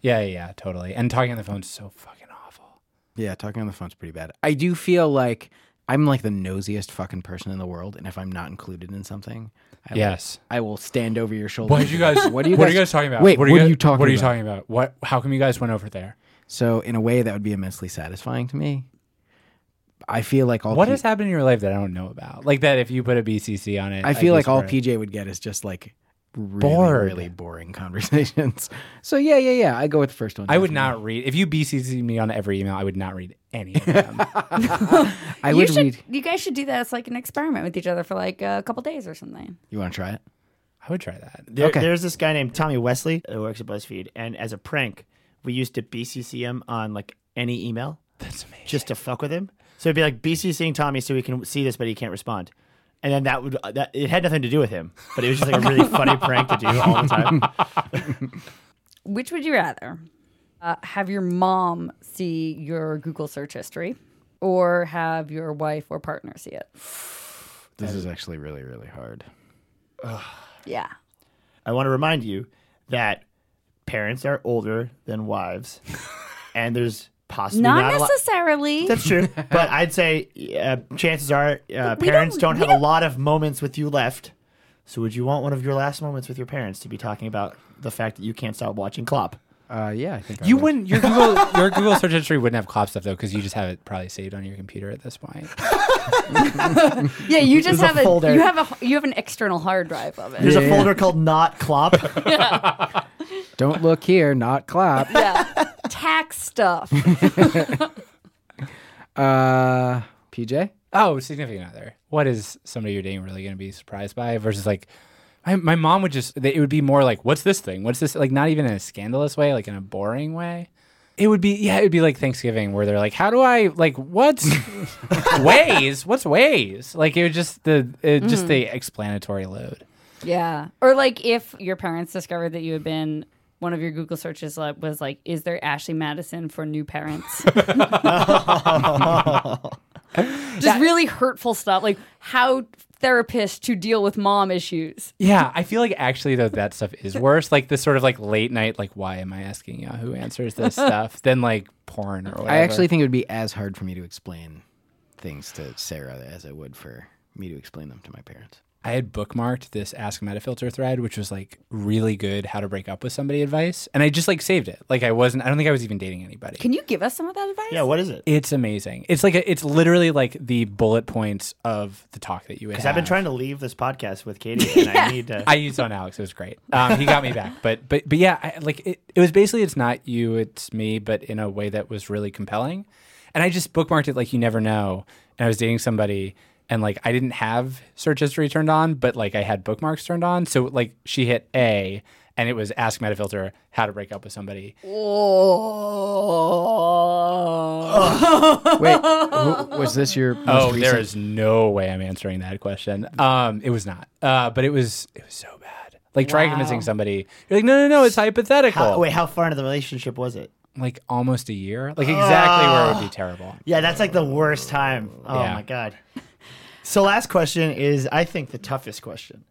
Speaker 4: Yeah, yeah, yeah, totally. And talking on the phone's so fucking awful.
Speaker 1: Yeah, talking on the phone's pretty bad. I do feel like I'm like the nosiest fucking person in the world, and if I'm not included in something, I will-
Speaker 4: Yes.
Speaker 1: I will stand over your shoulder.
Speaker 4: What did you guys,
Speaker 1: What are you guys-
Speaker 4: talking about?
Speaker 1: Wait,
Speaker 4: what are you,
Speaker 1: what are
Speaker 4: guys-
Speaker 1: you talking
Speaker 4: What are you
Speaker 1: about?
Speaker 4: talking about? What, how come you guys went over there?
Speaker 1: So in a way, that would be immensely satisfying to me. I feel like all
Speaker 4: What
Speaker 1: P-
Speaker 4: has happened in your life that I don't know about? Like that if you put a BCC on it.
Speaker 1: I feel like
Speaker 4: guess
Speaker 1: all
Speaker 4: we're-
Speaker 1: PJ would get is just like really,
Speaker 4: Bored.
Speaker 1: really boring conversations. So yeah, yeah, yeah. I go with the first one.
Speaker 4: I would
Speaker 1: definitely.
Speaker 4: not read, if you BCC me on every email, I would not read any of them.
Speaker 1: I
Speaker 2: you
Speaker 1: would
Speaker 2: should.
Speaker 1: read.
Speaker 2: You guys should do that as like an experiment with each other for like a couple days or something.
Speaker 1: You want to try it?
Speaker 4: I would try that.
Speaker 3: There,
Speaker 1: Okay.
Speaker 3: There's this guy named Tommy Wesley who works at BuzzFeed, and as a prank, we used to BCC him on like any email
Speaker 4: That's amazing.
Speaker 3: just to fuck with him. So it'd be like BCCing Tommy so he can see this, but he can't respond. And then that would that it had nothing to do with him, but it was just like a really funny prank to do all the time.
Speaker 2: Which would you rather? Uh, have your mom see your Google search history, or have your wife or partner see it?
Speaker 1: This is actually really, really hard.
Speaker 2: Yeah.
Speaker 3: I want to remind you that parents are older than wives, and there's possibly not,
Speaker 2: Not
Speaker 3: a lot.
Speaker 2: necessarily.
Speaker 3: That's true, but I'd say uh, chances are uh,
Speaker 2: we
Speaker 3: parents
Speaker 2: don't-
Speaker 3: don't,
Speaker 2: we
Speaker 3: have
Speaker 2: don't-
Speaker 3: a lot of moments with you left. So would you want one of your last moments with your parents to be talking about the fact that you can't stop watching Klopp?
Speaker 1: Uh, yeah, I think I
Speaker 4: You
Speaker 1: would.
Speaker 4: wouldn't. Your Google, your Google search history wouldn't have cloud stuff though, because you just have it probably saved on your computer at this point.
Speaker 2: yeah, you just
Speaker 3: There's a
Speaker 2: have a,
Speaker 3: folder.
Speaker 2: you have a you have an external hard drive of it.
Speaker 3: There's a folder called Not Klopp.
Speaker 1: Don't look here, not clap.
Speaker 2: yeah. Tax stuff.
Speaker 1: Uh, PJ.
Speaker 4: Oh, significant other. What is somebody you're dating really going to be surprised by? Versus like, my, my mom would just. It would be more like, what's this thing? What's this? Like, not even in a scandalous way, like in a boring way. It would be yeah. It would be like Thanksgiving where they're like, how do I like what's ways? What's ways? Like it would just the it, just the explanatory load.
Speaker 2: Yeah. Or like if your parents discovered that you had been one of your Google searches like, was like, is there Ashley Madison for new parents? Just really hurtful stuff, like how therapists to deal with mom issues.
Speaker 4: Yeah, I feel like actually though that stuff is worse. Like this sort of like late night, like why am I asking Yahoo answers this stuff than like porn or whatever.
Speaker 1: I actually think it would be as hard for me to explain things to Sarah as it would for me to explain them to my parents.
Speaker 4: I had bookmarked this Ask Metafilter thread, which was like really good how to break up with somebody advice, and I just like saved it. Like I wasn't. I don't think I was even dating anybody.
Speaker 2: Can you give us some of that advice?
Speaker 3: yeah, what is it?
Speaker 4: it's amazing. It's like a, it's literally like the bullet points of the talk that you would.
Speaker 3: Because I've been trying to leave this podcast with Katie, and I need to.
Speaker 4: I used it on Alex. It was great. Um, he got me back, but but but yeah, I, like it, it was basically it's not you, it's me, but in a way that was really compelling. And I just bookmarked it like you never know. And I was dating somebody, and like I didn't have search history turned on, but like I had bookmarks turned on. So like she hit A, and it was ask Metafilter how to break up with somebody.
Speaker 1: Wait, who, was this your? Most
Speaker 4: Oh,
Speaker 1: recent?
Speaker 4: there is no way I'm answering that question. Um, it was not. Uh, but it was it was so bad. Like try convincing somebody. You're like, no, no, no, it's hypothetical.
Speaker 3: How, wait, how far into the relationship was it?
Speaker 4: like almost a year. Like exactly where it would be terrible.
Speaker 3: Yeah, that's like the worst time. Oh
Speaker 4: Yeah.
Speaker 3: my god. So last question is I think the toughest question.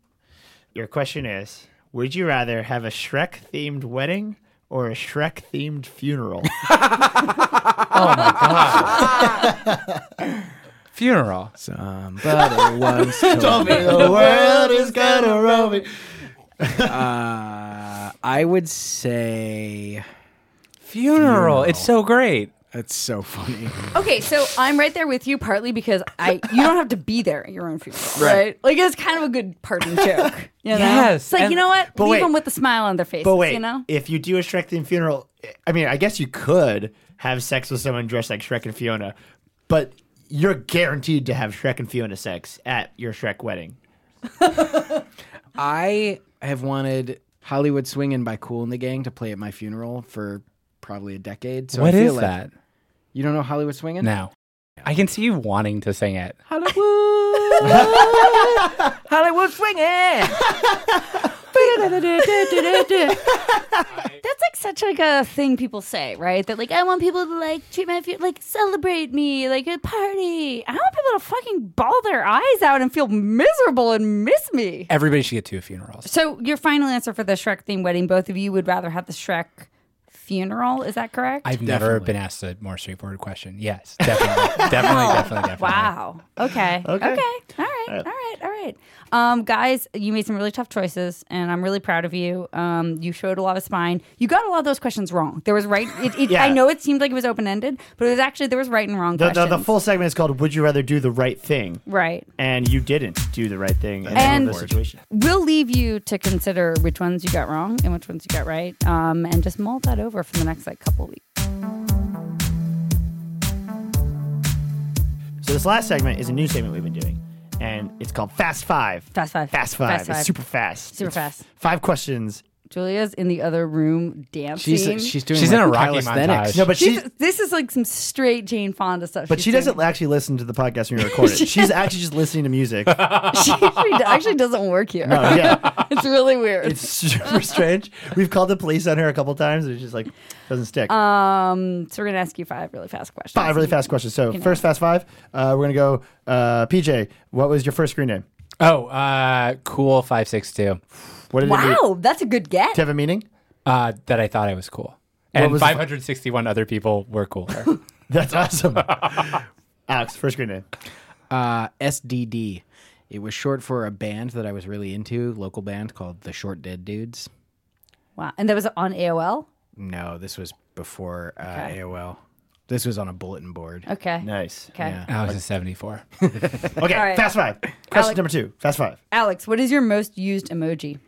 Speaker 3: Your question is, would you rather have a Shrek themed wedding or a Shrek themed funeral?
Speaker 4: Funeral.
Speaker 1: Um, Somebody once told me.
Speaker 3: the world is gonna roll me.
Speaker 1: Uh, I would say
Speaker 4: Funeral. It's so great.
Speaker 1: that's so funny.
Speaker 2: Okay, so I'm right there with you, partly because I you don't have to be there at your own funeral, right? Like it's kind of a good parting joke. You know?
Speaker 4: Yes,
Speaker 2: It's like
Speaker 4: and-
Speaker 2: you know what?
Speaker 3: but
Speaker 2: Leave
Speaker 3: wait.
Speaker 2: them with a smile on their faces.
Speaker 3: But wait,
Speaker 2: you know.
Speaker 3: if you do a Shrek themed funeral, I mean, I guess you could have sex with someone dressed like Shrek and Fiona, but you're guaranteed to have Shrek and Fiona sex at your Shrek wedding.
Speaker 1: I have wanted Hollywood Swingin' by Cool and the Gang to play at my funeral for probably a decade. So
Speaker 4: what
Speaker 1: I feel
Speaker 4: is
Speaker 1: like-
Speaker 4: that?
Speaker 1: You don't know Hollywood Swingin'?
Speaker 4: No. I can see you wanting to sing it.
Speaker 1: Hollywood, Hollywood Swingin'.
Speaker 2: That's like such like a thing people say, right? That like I want people to like treat my fu- like celebrate me, like a party. I want people to fucking ball their eyes out and feel miserable and miss me.
Speaker 4: Everybody should get two funerals.
Speaker 2: So your final answer for the Shrek themed wedding, both of you would rather have the Shrek funeral, is that correct?
Speaker 4: I've never been asked a more straightforward question. Yes, definitely, definitely, definitely, definitely.
Speaker 2: Wow. Okay. okay.
Speaker 3: Okay.
Speaker 2: All right. All right. All right. Um, guys, you made some really tough choices, and I'm really proud of you. Um, you showed a lot of spine. You got a lot of those questions wrong. There was right. It, it,
Speaker 3: Yeah.
Speaker 2: I know it seemed like it was open ended, but it was actually there was right and wrong
Speaker 3: The, the,
Speaker 2: questions.
Speaker 3: the full segment is called "Would You Rather Do the Right Thing,"
Speaker 2: right.
Speaker 3: and you didn't do the right thing in
Speaker 2: And-
Speaker 3: the situation.
Speaker 2: We'll leave you to consider which ones you got wrong and which ones you got right, um, and just mull that over for the next like couple weeks.
Speaker 3: So this last segment is a new segment we've been doing, and it's called Fast Five.
Speaker 2: Fast five.
Speaker 3: Fast Five.
Speaker 2: Fast
Speaker 3: It's
Speaker 2: five.
Speaker 3: super fast.
Speaker 2: Super
Speaker 3: It's
Speaker 2: fast.
Speaker 3: Five questions.
Speaker 2: Julia's in the other room dancing.
Speaker 1: She's she's doing
Speaker 4: She's
Speaker 1: like
Speaker 4: in a Rocky
Speaker 1: calisthenics.
Speaker 4: montage.
Speaker 3: No, but she.
Speaker 2: She's- this is like some straight Jane Fonda stuff.
Speaker 3: But
Speaker 2: she's
Speaker 3: she
Speaker 2: doing.
Speaker 3: doesn't actually listen to the podcast when we record it. She's actually just listening to music. Oh,
Speaker 2: she actually, actually doesn't work here.
Speaker 3: yeah,
Speaker 2: It's really weird.
Speaker 3: it's super strange. We've called the police on her a couple times, and it's just like doesn't stick.
Speaker 2: um, so we're gonna ask you five really fast questions.
Speaker 3: five really fast questions. So first fast five. Uh, we're gonna go. Uh, PJ, what was your first screen name?
Speaker 4: Oh, uh, cool. Five six two.
Speaker 3: What did it mean?
Speaker 2: Wow, that's a good get.
Speaker 3: Do you have a meaning?
Speaker 4: Uh, that I thought I was cool, and
Speaker 3: was the-
Speaker 4: five hundred sixty one other people were cooler.
Speaker 3: That's awesome. Alex, first screen name.
Speaker 1: Uh, SDD. It was short for a band that I was really into, local band called the Short Dead Dudes.
Speaker 2: Wow, and that was on AOL.
Speaker 1: No, this was before uh, AOL. This was on a bulletin board.
Speaker 2: Okay.
Speaker 3: Nice.
Speaker 2: Okay.
Speaker 4: I was a seventy four.
Speaker 3: Okay,
Speaker 2: All right.
Speaker 3: fast five. Question number two. Fast five.
Speaker 2: Alex, what is your most used emoji?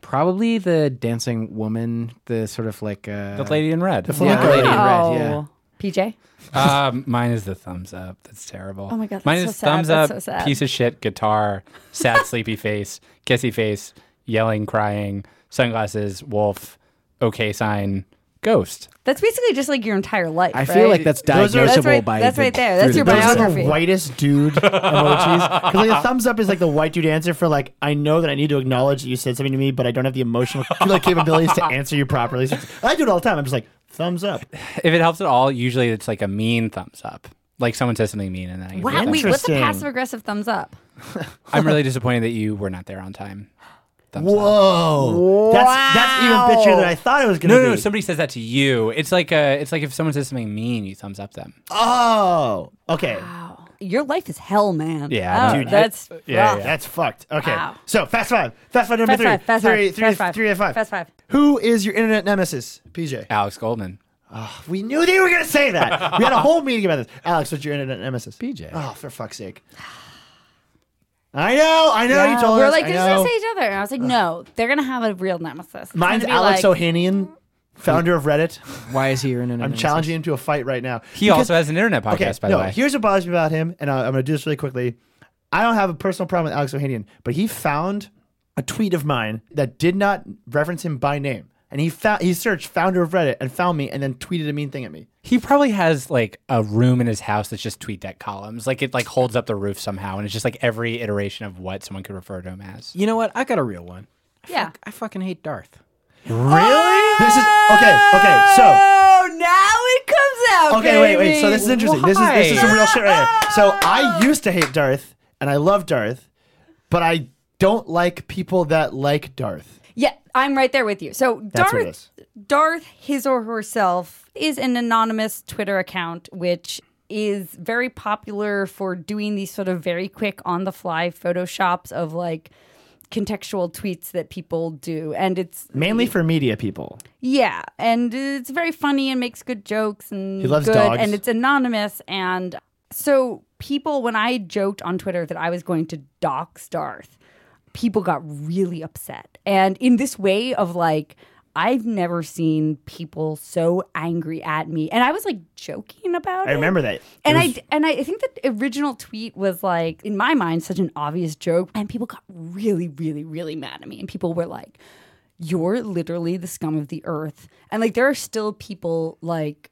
Speaker 1: Probably the dancing woman, the sort of like uh,
Speaker 4: The lady in red.
Speaker 1: yeah, the lady in
Speaker 2: oh,
Speaker 1: red. Yeah.
Speaker 2: PJ.
Speaker 4: um, mine is the thumbs up. That's terrible. Oh
Speaker 2: my God, that's
Speaker 4: mine
Speaker 2: so
Speaker 4: is
Speaker 2: sad.
Speaker 4: thumbs
Speaker 2: That's
Speaker 4: up.
Speaker 2: so sad.
Speaker 4: Piece of shit guitar. Sad sleepy face. Kissy face. Yelling, crying. Sunglasses. Wolf. Okay sign. Ghost.
Speaker 2: That's basically just like your entire life.
Speaker 1: I feel
Speaker 2: right?
Speaker 1: like that's
Speaker 3: Those are-
Speaker 1: diagnosable
Speaker 3: That's
Speaker 2: right-
Speaker 1: by
Speaker 2: that's
Speaker 1: the-
Speaker 2: right there.
Speaker 1: through
Speaker 2: That's your
Speaker 1: the-
Speaker 3: Those are
Speaker 2: Biography.
Speaker 3: the whitest dude emojis. Because like a thumbs up is like the white dude answer for like I know that I need to acknowledge that you said something to me, but I don't have the emotional like, capabilities to answer you properly. So it's- I do it all the time. I'm just like thumbs up.
Speaker 4: If it helps at all, usually it's like a mean thumbs up. Like someone says something mean and then I give
Speaker 2: Wow,
Speaker 4: them a
Speaker 2: wait, what's a
Speaker 3: Interesting.
Speaker 2: passive aggressive thumbs up?
Speaker 4: thumbs- I'm really disappointed that you were not there on time. Thumbs up.
Speaker 3: Whoa, that's that's even bitchier than I thought it was gonna
Speaker 4: No,
Speaker 3: be.
Speaker 4: no, no, somebody says that to you. It's like uh it's like if someone says something mean, you thumbs up them.
Speaker 2: Uh,
Speaker 3: oh, okay,
Speaker 2: Your life is hell, man.
Speaker 4: Yeah,
Speaker 2: Oh,
Speaker 4: dude,
Speaker 2: that's
Speaker 4: yeah,
Speaker 2: rough.
Speaker 4: yeah.
Speaker 3: that's fucked. Okay,
Speaker 2: Wow.
Speaker 3: so fast five, fast five number
Speaker 2: Fast
Speaker 3: three,
Speaker 2: five, fast
Speaker 3: three,
Speaker 2: five,
Speaker 3: three,
Speaker 2: fast five,
Speaker 3: three out of five.
Speaker 2: fast five.
Speaker 3: Who is your internet nemesis, PJ?
Speaker 4: Alex Goldman.
Speaker 3: We knew they were going to say that. We had a whole meeting about this. Alex, what's your internet nemesis?
Speaker 1: PJ.
Speaker 3: Oh, for fuck's sake. I know. I know. you told
Speaker 2: We're
Speaker 3: us.
Speaker 2: like,
Speaker 3: I
Speaker 2: they're just gonna
Speaker 3: know.
Speaker 2: say each other. And I was like, no, they're gonna have a real nemesis. It's
Speaker 3: Mine's
Speaker 2: gonna be
Speaker 3: Alex
Speaker 2: like,
Speaker 3: Ohanian, founder of Reddit.
Speaker 1: Why is he your internet?
Speaker 3: I'm
Speaker 1: nemesis?
Speaker 3: challenging him to a fight right now.
Speaker 4: He also has an internet podcast,
Speaker 3: Okay,
Speaker 4: by
Speaker 3: no,
Speaker 4: the way.
Speaker 3: here's what bothers me about him, and I, I'm going to do this really quickly. I don't have a personal problem with Alex Ohanian, but he found a tweet of mine that did not reference him by name. And he found he searched founder of Reddit and found me and then tweeted a mean thing at me.
Speaker 4: He probably has like a room in his house that's just tweet deck columns. Like it like holds up the roof somehow, and it's just like every iteration of what someone could refer to him as.
Speaker 1: You know what? I got a real one.
Speaker 2: yeah.
Speaker 1: I fucking hate Darth.
Speaker 3: Really? This is okay. Okay, so
Speaker 2: Oh, now it comes out.
Speaker 3: Okay, wait, wait. So this is interesting. This is this is some
Speaker 4: Why?
Speaker 3: real shit right here. So I used to hate Darth, and I love Darth, but I don't like people that like Darth.
Speaker 2: Yeah, I'm right there with you. So
Speaker 3: That's what it
Speaker 2: Darth, Darth, his or herself, is an anonymous Twitter account which is very popular for doing these sort of very quick on the fly photoshops of like contextual tweets that people do and it's
Speaker 3: Mainly for media people.
Speaker 2: yeah and it's very funny and makes good jokes and
Speaker 3: He loves
Speaker 2: good
Speaker 3: dogs.
Speaker 2: and it's anonymous and so people when i joked on twitter that i was going to dox darth people got really upset. And in this way of like, I've never seen people so angry at me. And I was like joking about it.
Speaker 3: I remember that.
Speaker 2: And
Speaker 3: It was-
Speaker 2: I and I think the original tweet was like in my mind such an obvious joke, and people got really, really, really mad at me, and people were like, "You're literally the scum of the earth," and like there are still people like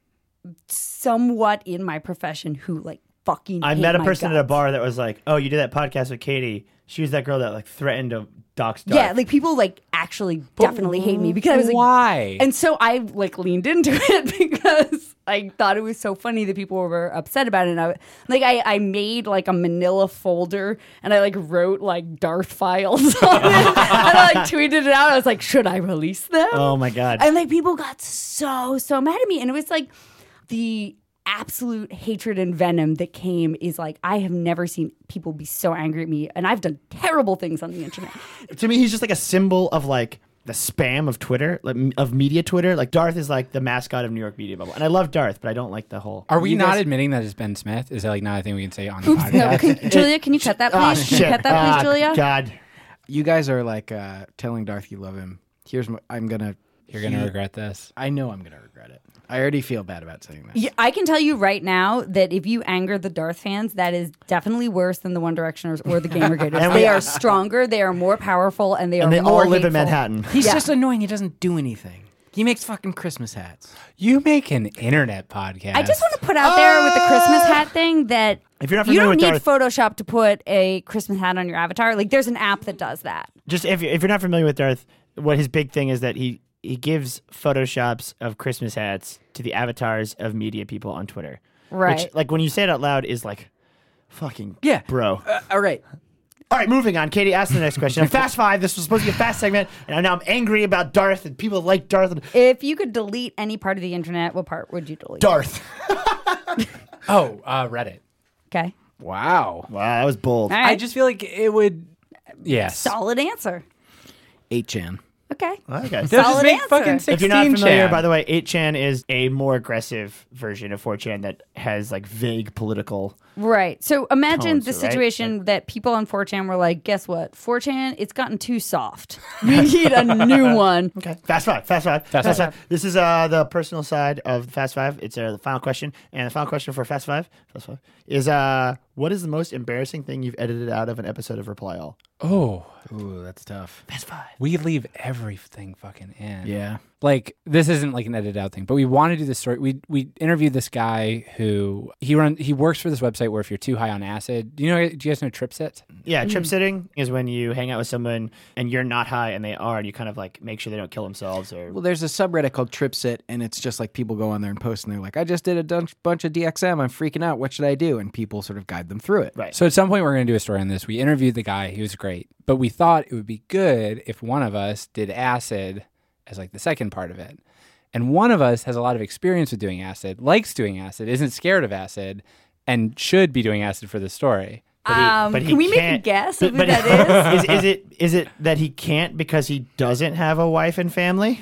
Speaker 2: somewhat in my profession who like fucking.
Speaker 3: I
Speaker 2: hate
Speaker 3: met a
Speaker 2: my
Speaker 3: person at a
Speaker 2: guts.
Speaker 3: bar that was like, "Oh, you did that podcast with Katie. She was that girl that like threatened to Doc's dark.
Speaker 2: Yeah, like people like actually definitely hate me because I was like,
Speaker 4: why?
Speaker 2: And so I like leaned into it because I thought it was so funny that people were upset about it. And I like I, I made like a Manila folder and I like wrote like Darth files on it and I like tweeted it out. I was like, should I release them?
Speaker 3: oh my god.
Speaker 2: And like people got so so mad at me, and it was like the absolute hatred and venom that came is like I have never seen people be so angry at me, and I've done terrible things on the internet.
Speaker 3: to me, he's just like a symbol of like the spam of Twitter, like m- of media Twitter. Like Darth is like the mascot of New York media bubble, and I love Darth, but I don't like the whole.
Speaker 4: Are we not admitting that it's Ben Smith? Is that like not a thing we can say on the podcast?
Speaker 2: no, can, Julia, can you cut that
Speaker 3: Ah,
Speaker 2: please? Can you
Speaker 3: shit.
Speaker 2: cut that
Speaker 3: Ah,
Speaker 2: please, Julia?
Speaker 3: God.
Speaker 1: You guys are like uh, telling Darth you love him. Here's my, I'm gonna.
Speaker 4: You're gonna regret this.
Speaker 1: I know I'm gonna regret it. I already feel bad about saying this.
Speaker 2: Yeah, I can tell you right now that if you anger the Darth fans, that is definitely worse than the One Directioners or the Gamer Gators. they are stronger, they are more powerful, and they are
Speaker 3: And they all
Speaker 2: more
Speaker 3: live
Speaker 2: hateful.
Speaker 3: in Manhattan.
Speaker 1: He's just annoying. He doesn't do anything. He makes fucking Christmas hats.
Speaker 4: You make an internet podcast.
Speaker 2: I just want to put out there with the Christmas hat thing that
Speaker 3: Ah! If you're not
Speaker 2: you
Speaker 3: familiar
Speaker 2: don't
Speaker 3: with
Speaker 2: need
Speaker 3: Darth-
Speaker 2: Photoshop to put a Christmas hat on your avatar. Like, there's an app that does that.
Speaker 3: Just if you- if you're not familiar with Darth, what his big thing is that he he gives photoshops of Christmas hats to the avatars of media people on Twitter.
Speaker 2: Right.
Speaker 3: Which, like when you say it out loud, is like, fucking
Speaker 1: Yeah. Uh,
Speaker 3: bro.
Speaker 1: all right.
Speaker 3: All right, moving on. Katie asked the next question. i fast five. This was supposed to be a fast segment, and now I'm angry about Darth and people like Darth and
Speaker 2: If you could delete any part of the internet, what part would you delete?
Speaker 3: Darth.
Speaker 4: Oh, uh, Reddit.
Speaker 2: Okay.
Speaker 1: Wow.
Speaker 3: Wow, that was bold.
Speaker 2: All right.
Speaker 4: I just feel like it would. Yes.
Speaker 2: Solid answer.
Speaker 1: Eight chan.
Speaker 2: Okay.
Speaker 3: Okay.
Speaker 4: They'll
Speaker 2: Solid
Speaker 4: just make
Speaker 2: answer.
Speaker 4: fucking
Speaker 3: If
Speaker 4: 16
Speaker 3: you're not familiar,
Speaker 4: chan.
Speaker 3: by the way, 8chan is a more aggressive version of 4chan that has like vague political.
Speaker 2: Right. So imagine
Speaker 3: Tones,
Speaker 2: the
Speaker 3: right?
Speaker 2: situation that people on 4chan were like, guess what? 4chan, it's gotten too soft. We need a new one.
Speaker 3: Okay. Fast five. Fast five. Fast, five. This is uh, the personal side of Fast Five. It's uh, the final question, and the final question for Fast Five, Fast Five is uh, what is the most embarrassing thing you've edited out of an episode of Reply All?
Speaker 4: Oh,
Speaker 1: Ooh, that's tough.
Speaker 3: Fast Five.
Speaker 4: we leave everything fucking in.
Speaker 1: Yeah.
Speaker 4: Like this isn't like an edited out thing, but we want to do this story. We we interviewed this guy who he run he works for this website where if you're too high on acid, do you know? Do you guys know Tripsit?
Speaker 3: Yeah, trip
Speaker 2: Mm.
Speaker 3: sitting is when you hang out with someone and you're not high and they are, and you kind of like make sure they don't kill themselves or.
Speaker 1: Well, there's a subreddit called Tripsit, and it's just like people go on there and post, and they're like, I just did a dun- bunch of DXM. I'm freaking out. What should I do? And people sort of guide them through it.
Speaker 3: Right.
Speaker 4: So at some point we're going to do a story on this. We interviewed the guy; he was great, but we thought it would be good if one of us did acid as like the second part of it. And one of us has a lot of experience with doing acid, likes doing acid, isn't scared of acid, and should be doing acid for this story.
Speaker 3: but he-
Speaker 2: Um,
Speaker 3: but he
Speaker 2: can we make a
Speaker 3: can't-
Speaker 2: guess
Speaker 3: but-
Speaker 2: of who
Speaker 3: but-
Speaker 2: that is?
Speaker 3: is? Is it is it that he can't because he doesn't have a wife and family?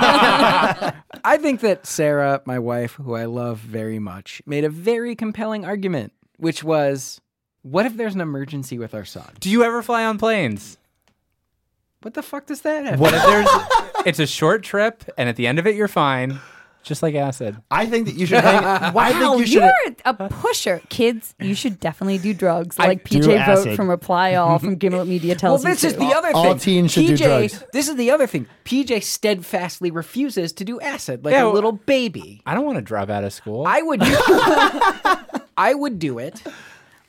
Speaker 1: I think that Sarah, my wife, who I love very much, made a very compelling argument, which was, what if there's an emergency with our son?
Speaker 4: Do you ever fly on planes?
Speaker 1: What the fuck does that have?
Speaker 4: What if there's? it's a short trip, and at the end of it, you're fine, just like acid.
Speaker 3: I think that you should. Hang, I
Speaker 2: Wow,
Speaker 3: think you
Speaker 2: you
Speaker 3: should.
Speaker 2: are a pusher. Kids, you should definitely do drugs like PJ
Speaker 3: do
Speaker 2: Vote
Speaker 3: acid.
Speaker 2: from Reply All from Gimlet Media
Speaker 1: Well,
Speaker 2: tells
Speaker 1: this
Speaker 2: you
Speaker 1: is
Speaker 2: to.
Speaker 1: the other thing.
Speaker 3: all teens should do drugs.
Speaker 1: This is the other thing. PJ steadfastly refuses to do acid like
Speaker 4: Yeah,
Speaker 1: a
Speaker 4: well-
Speaker 1: little baby.
Speaker 4: I don't want to drop out of school.
Speaker 1: I would do I would do it,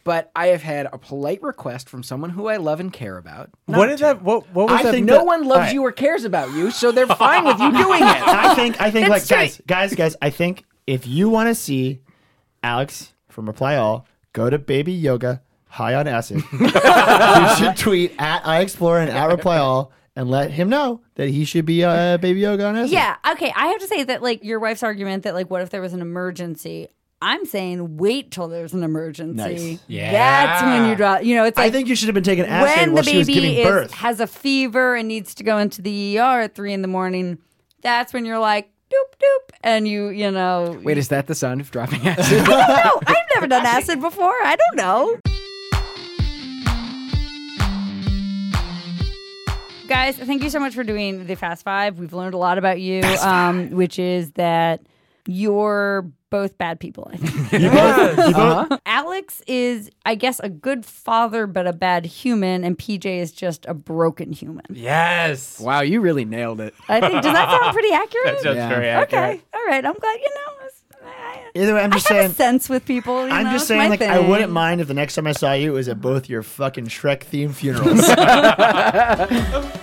Speaker 1: but I have had a polite request from someone who I love and care about.
Speaker 4: what did that? What? What was
Speaker 3: I
Speaker 4: that?
Speaker 3: think
Speaker 1: no
Speaker 3: that-
Speaker 1: one loves
Speaker 3: all right.
Speaker 1: you or cares about you, so they're fine with you doing it.
Speaker 3: I think. I think. like
Speaker 2: That's
Speaker 3: guys, guys, guys. I think if you want to see Alex from Reply All go to Baby Yoga High on Acid, you should tweet at I Explore and at Reply All and let him know that he should be uh, Baby Yoga on Acid.
Speaker 2: Yeah. Okay. I have to say that, like, your wife's argument that, like, what if there was an emergency? I'm saying wait till there's an emergency.
Speaker 3: Nice.
Speaker 4: Yeah.
Speaker 2: That's when you drop. You know, it's like
Speaker 3: I think you should have been taking acid
Speaker 2: when
Speaker 3: while
Speaker 2: the
Speaker 3: she was giving
Speaker 2: baby is,
Speaker 3: birth.
Speaker 2: has a fever and needs to go into the ER at three in the morning, that's when you're like, doop, doop. And you, you know.
Speaker 1: Wait, is that the sound of dropping acid?
Speaker 2: no, I've never done acid before. I don't know. Guys, thank you so much for doing the Fast Five. We've learned a lot about you, um, which is that you're both bad people, I think. Uh-huh. Alex is, I guess, a good father but a bad human, and PJ is just a broken human.
Speaker 4: yes.
Speaker 1: wow, you really nailed it.
Speaker 2: I think. Does that sound pretty accurate?
Speaker 4: That's
Speaker 1: Yeah.
Speaker 4: very
Speaker 2: okay.
Speaker 4: accurate.
Speaker 2: All right. I'm glad you know. I,
Speaker 3: Either way, I'm just
Speaker 2: I have
Speaker 3: saying.
Speaker 2: a sense with people. you
Speaker 3: I'm
Speaker 2: know,
Speaker 3: just
Speaker 2: it's
Speaker 3: saying,
Speaker 2: my
Speaker 3: like, I
Speaker 2: thing.
Speaker 3: wouldn't mind if the next time I saw you was at both your fucking Shrek themed funerals.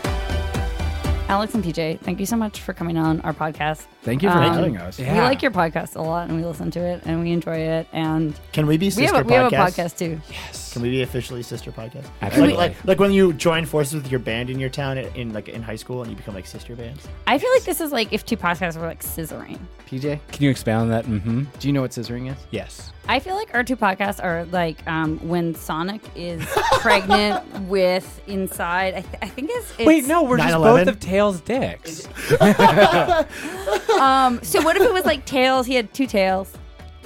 Speaker 2: Alex and PJ, thank you so much for coming on our podcast.
Speaker 1: Thank you for
Speaker 2: Um,
Speaker 1: having us.
Speaker 2: We
Speaker 4: Yeah.
Speaker 2: like your podcast a lot, and we listen to it, and we enjoy it, and
Speaker 3: Can we be
Speaker 2: we have,
Speaker 3: sister
Speaker 2: a,
Speaker 3: podcast?
Speaker 2: we have a podcast too.
Speaker 3: Can we be officially sister podcast?
Speaker 4: Absolutely.
Speaker 3: Like, like, like when you join forces with your band in your town in, in like in high school and you become like sister bands.
Speaker 2: I feel like this is like if two podcasts were like scissoring.
Speaker 1: PJ,
Speaker 4: Can you expound on that? Mm-hmm.
Speaker 1: do you know what scissoring is?
Speaker 4: Yes.
Speaker 2: I feel like our two podcasts are like um, when Sonic is pregnant with Inside. I, th- I think it's, it's
Speaker 4: Wait, no, we're just
Speaker 3: 9/11?
Speaker 4: both of Tails' dicks.
Speaker 2: Um, so what if it was like tails? He had two tails,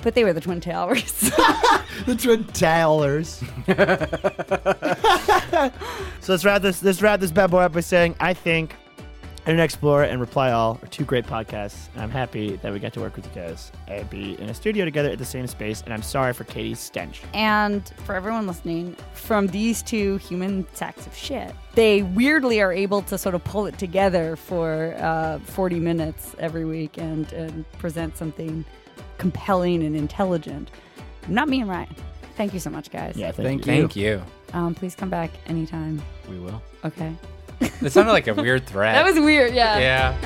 Speaker 2: but they were the twin tailers.
Speaker 3: The twin tailers. so let's wrap this let's wrap this bad boy up by saying I think Internet Explorer and Reply All are two great podcasts, and I'm happy that we got to work with you guys and be in a studio together at the same space. And I'm sorry for Katie's stench.
Speaker 2: and for everyone listening, from these two human sacks of shit, they weirdly are able to sort of pull it together for uh, 40 minutes every week and, and present something compelling and intelligent. Not me and Ryan. Thank you so much, guys.
Speaker 3: Yeah, thank,
Speaker 1: Thank
Speaker 3: you.
Speaker 4: Thank you.
Speaker 2: Um, please come back anytime.
Speaker 1: We will.
Speaker 2: Okay.
Speaker 4: That sounded like a weird threat.
Speaker 2: That was weird.
Speaker 4: Yeah.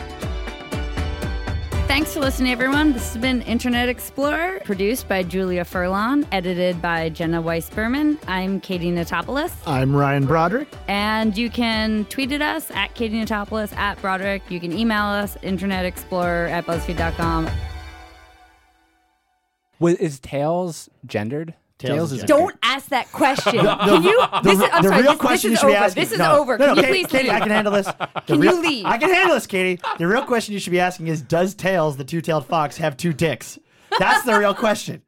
Speaker 2: Thanks for listening, everyone. This has been Internet Explorer, produced by Julia Furlon, edited by Jenna Weiss Berman. I'm Katie Natopoulos,
Speaker 3: I'm Ryan Broderick.
Speaker 2: and you can tweet at us at Katie Natopoulos, at Broderick. You can email us, Internet Explorer at BuzzFeed.com.
Speaker 4: Was, is Tails gendered?
Speaker 1: Tails is-
Speaker 3: gender.
Speaker 2: Don't ask that question. can you? This is, I'm
Speaker 3: the
Speaker 2: sorry.
Speaker 3: real
Speaker 2: this,
Speaker 3: question
Speaker 2: this is
Speaker 3: you should be
Speaker 2: over.
Speaker 3: asking.
Speaker 2: This is
Speaker 3: No,
Speaker 2: over.
Speaker 3: No, no,
Speaker 2: can you
Speaker 3: Katie,
Speaker 2: please
Speaker 3: Katie,
Speaker 2: leave?
Speaker 3: I can handle this.
Speaker 2: Can
Speaker 3: real-
Speaker 2: you leave?
Speaker 3: I can handle this, Katie. The real question you should be asking is: Does Tails, the two-tailed fox, have two dicks? That's the real question.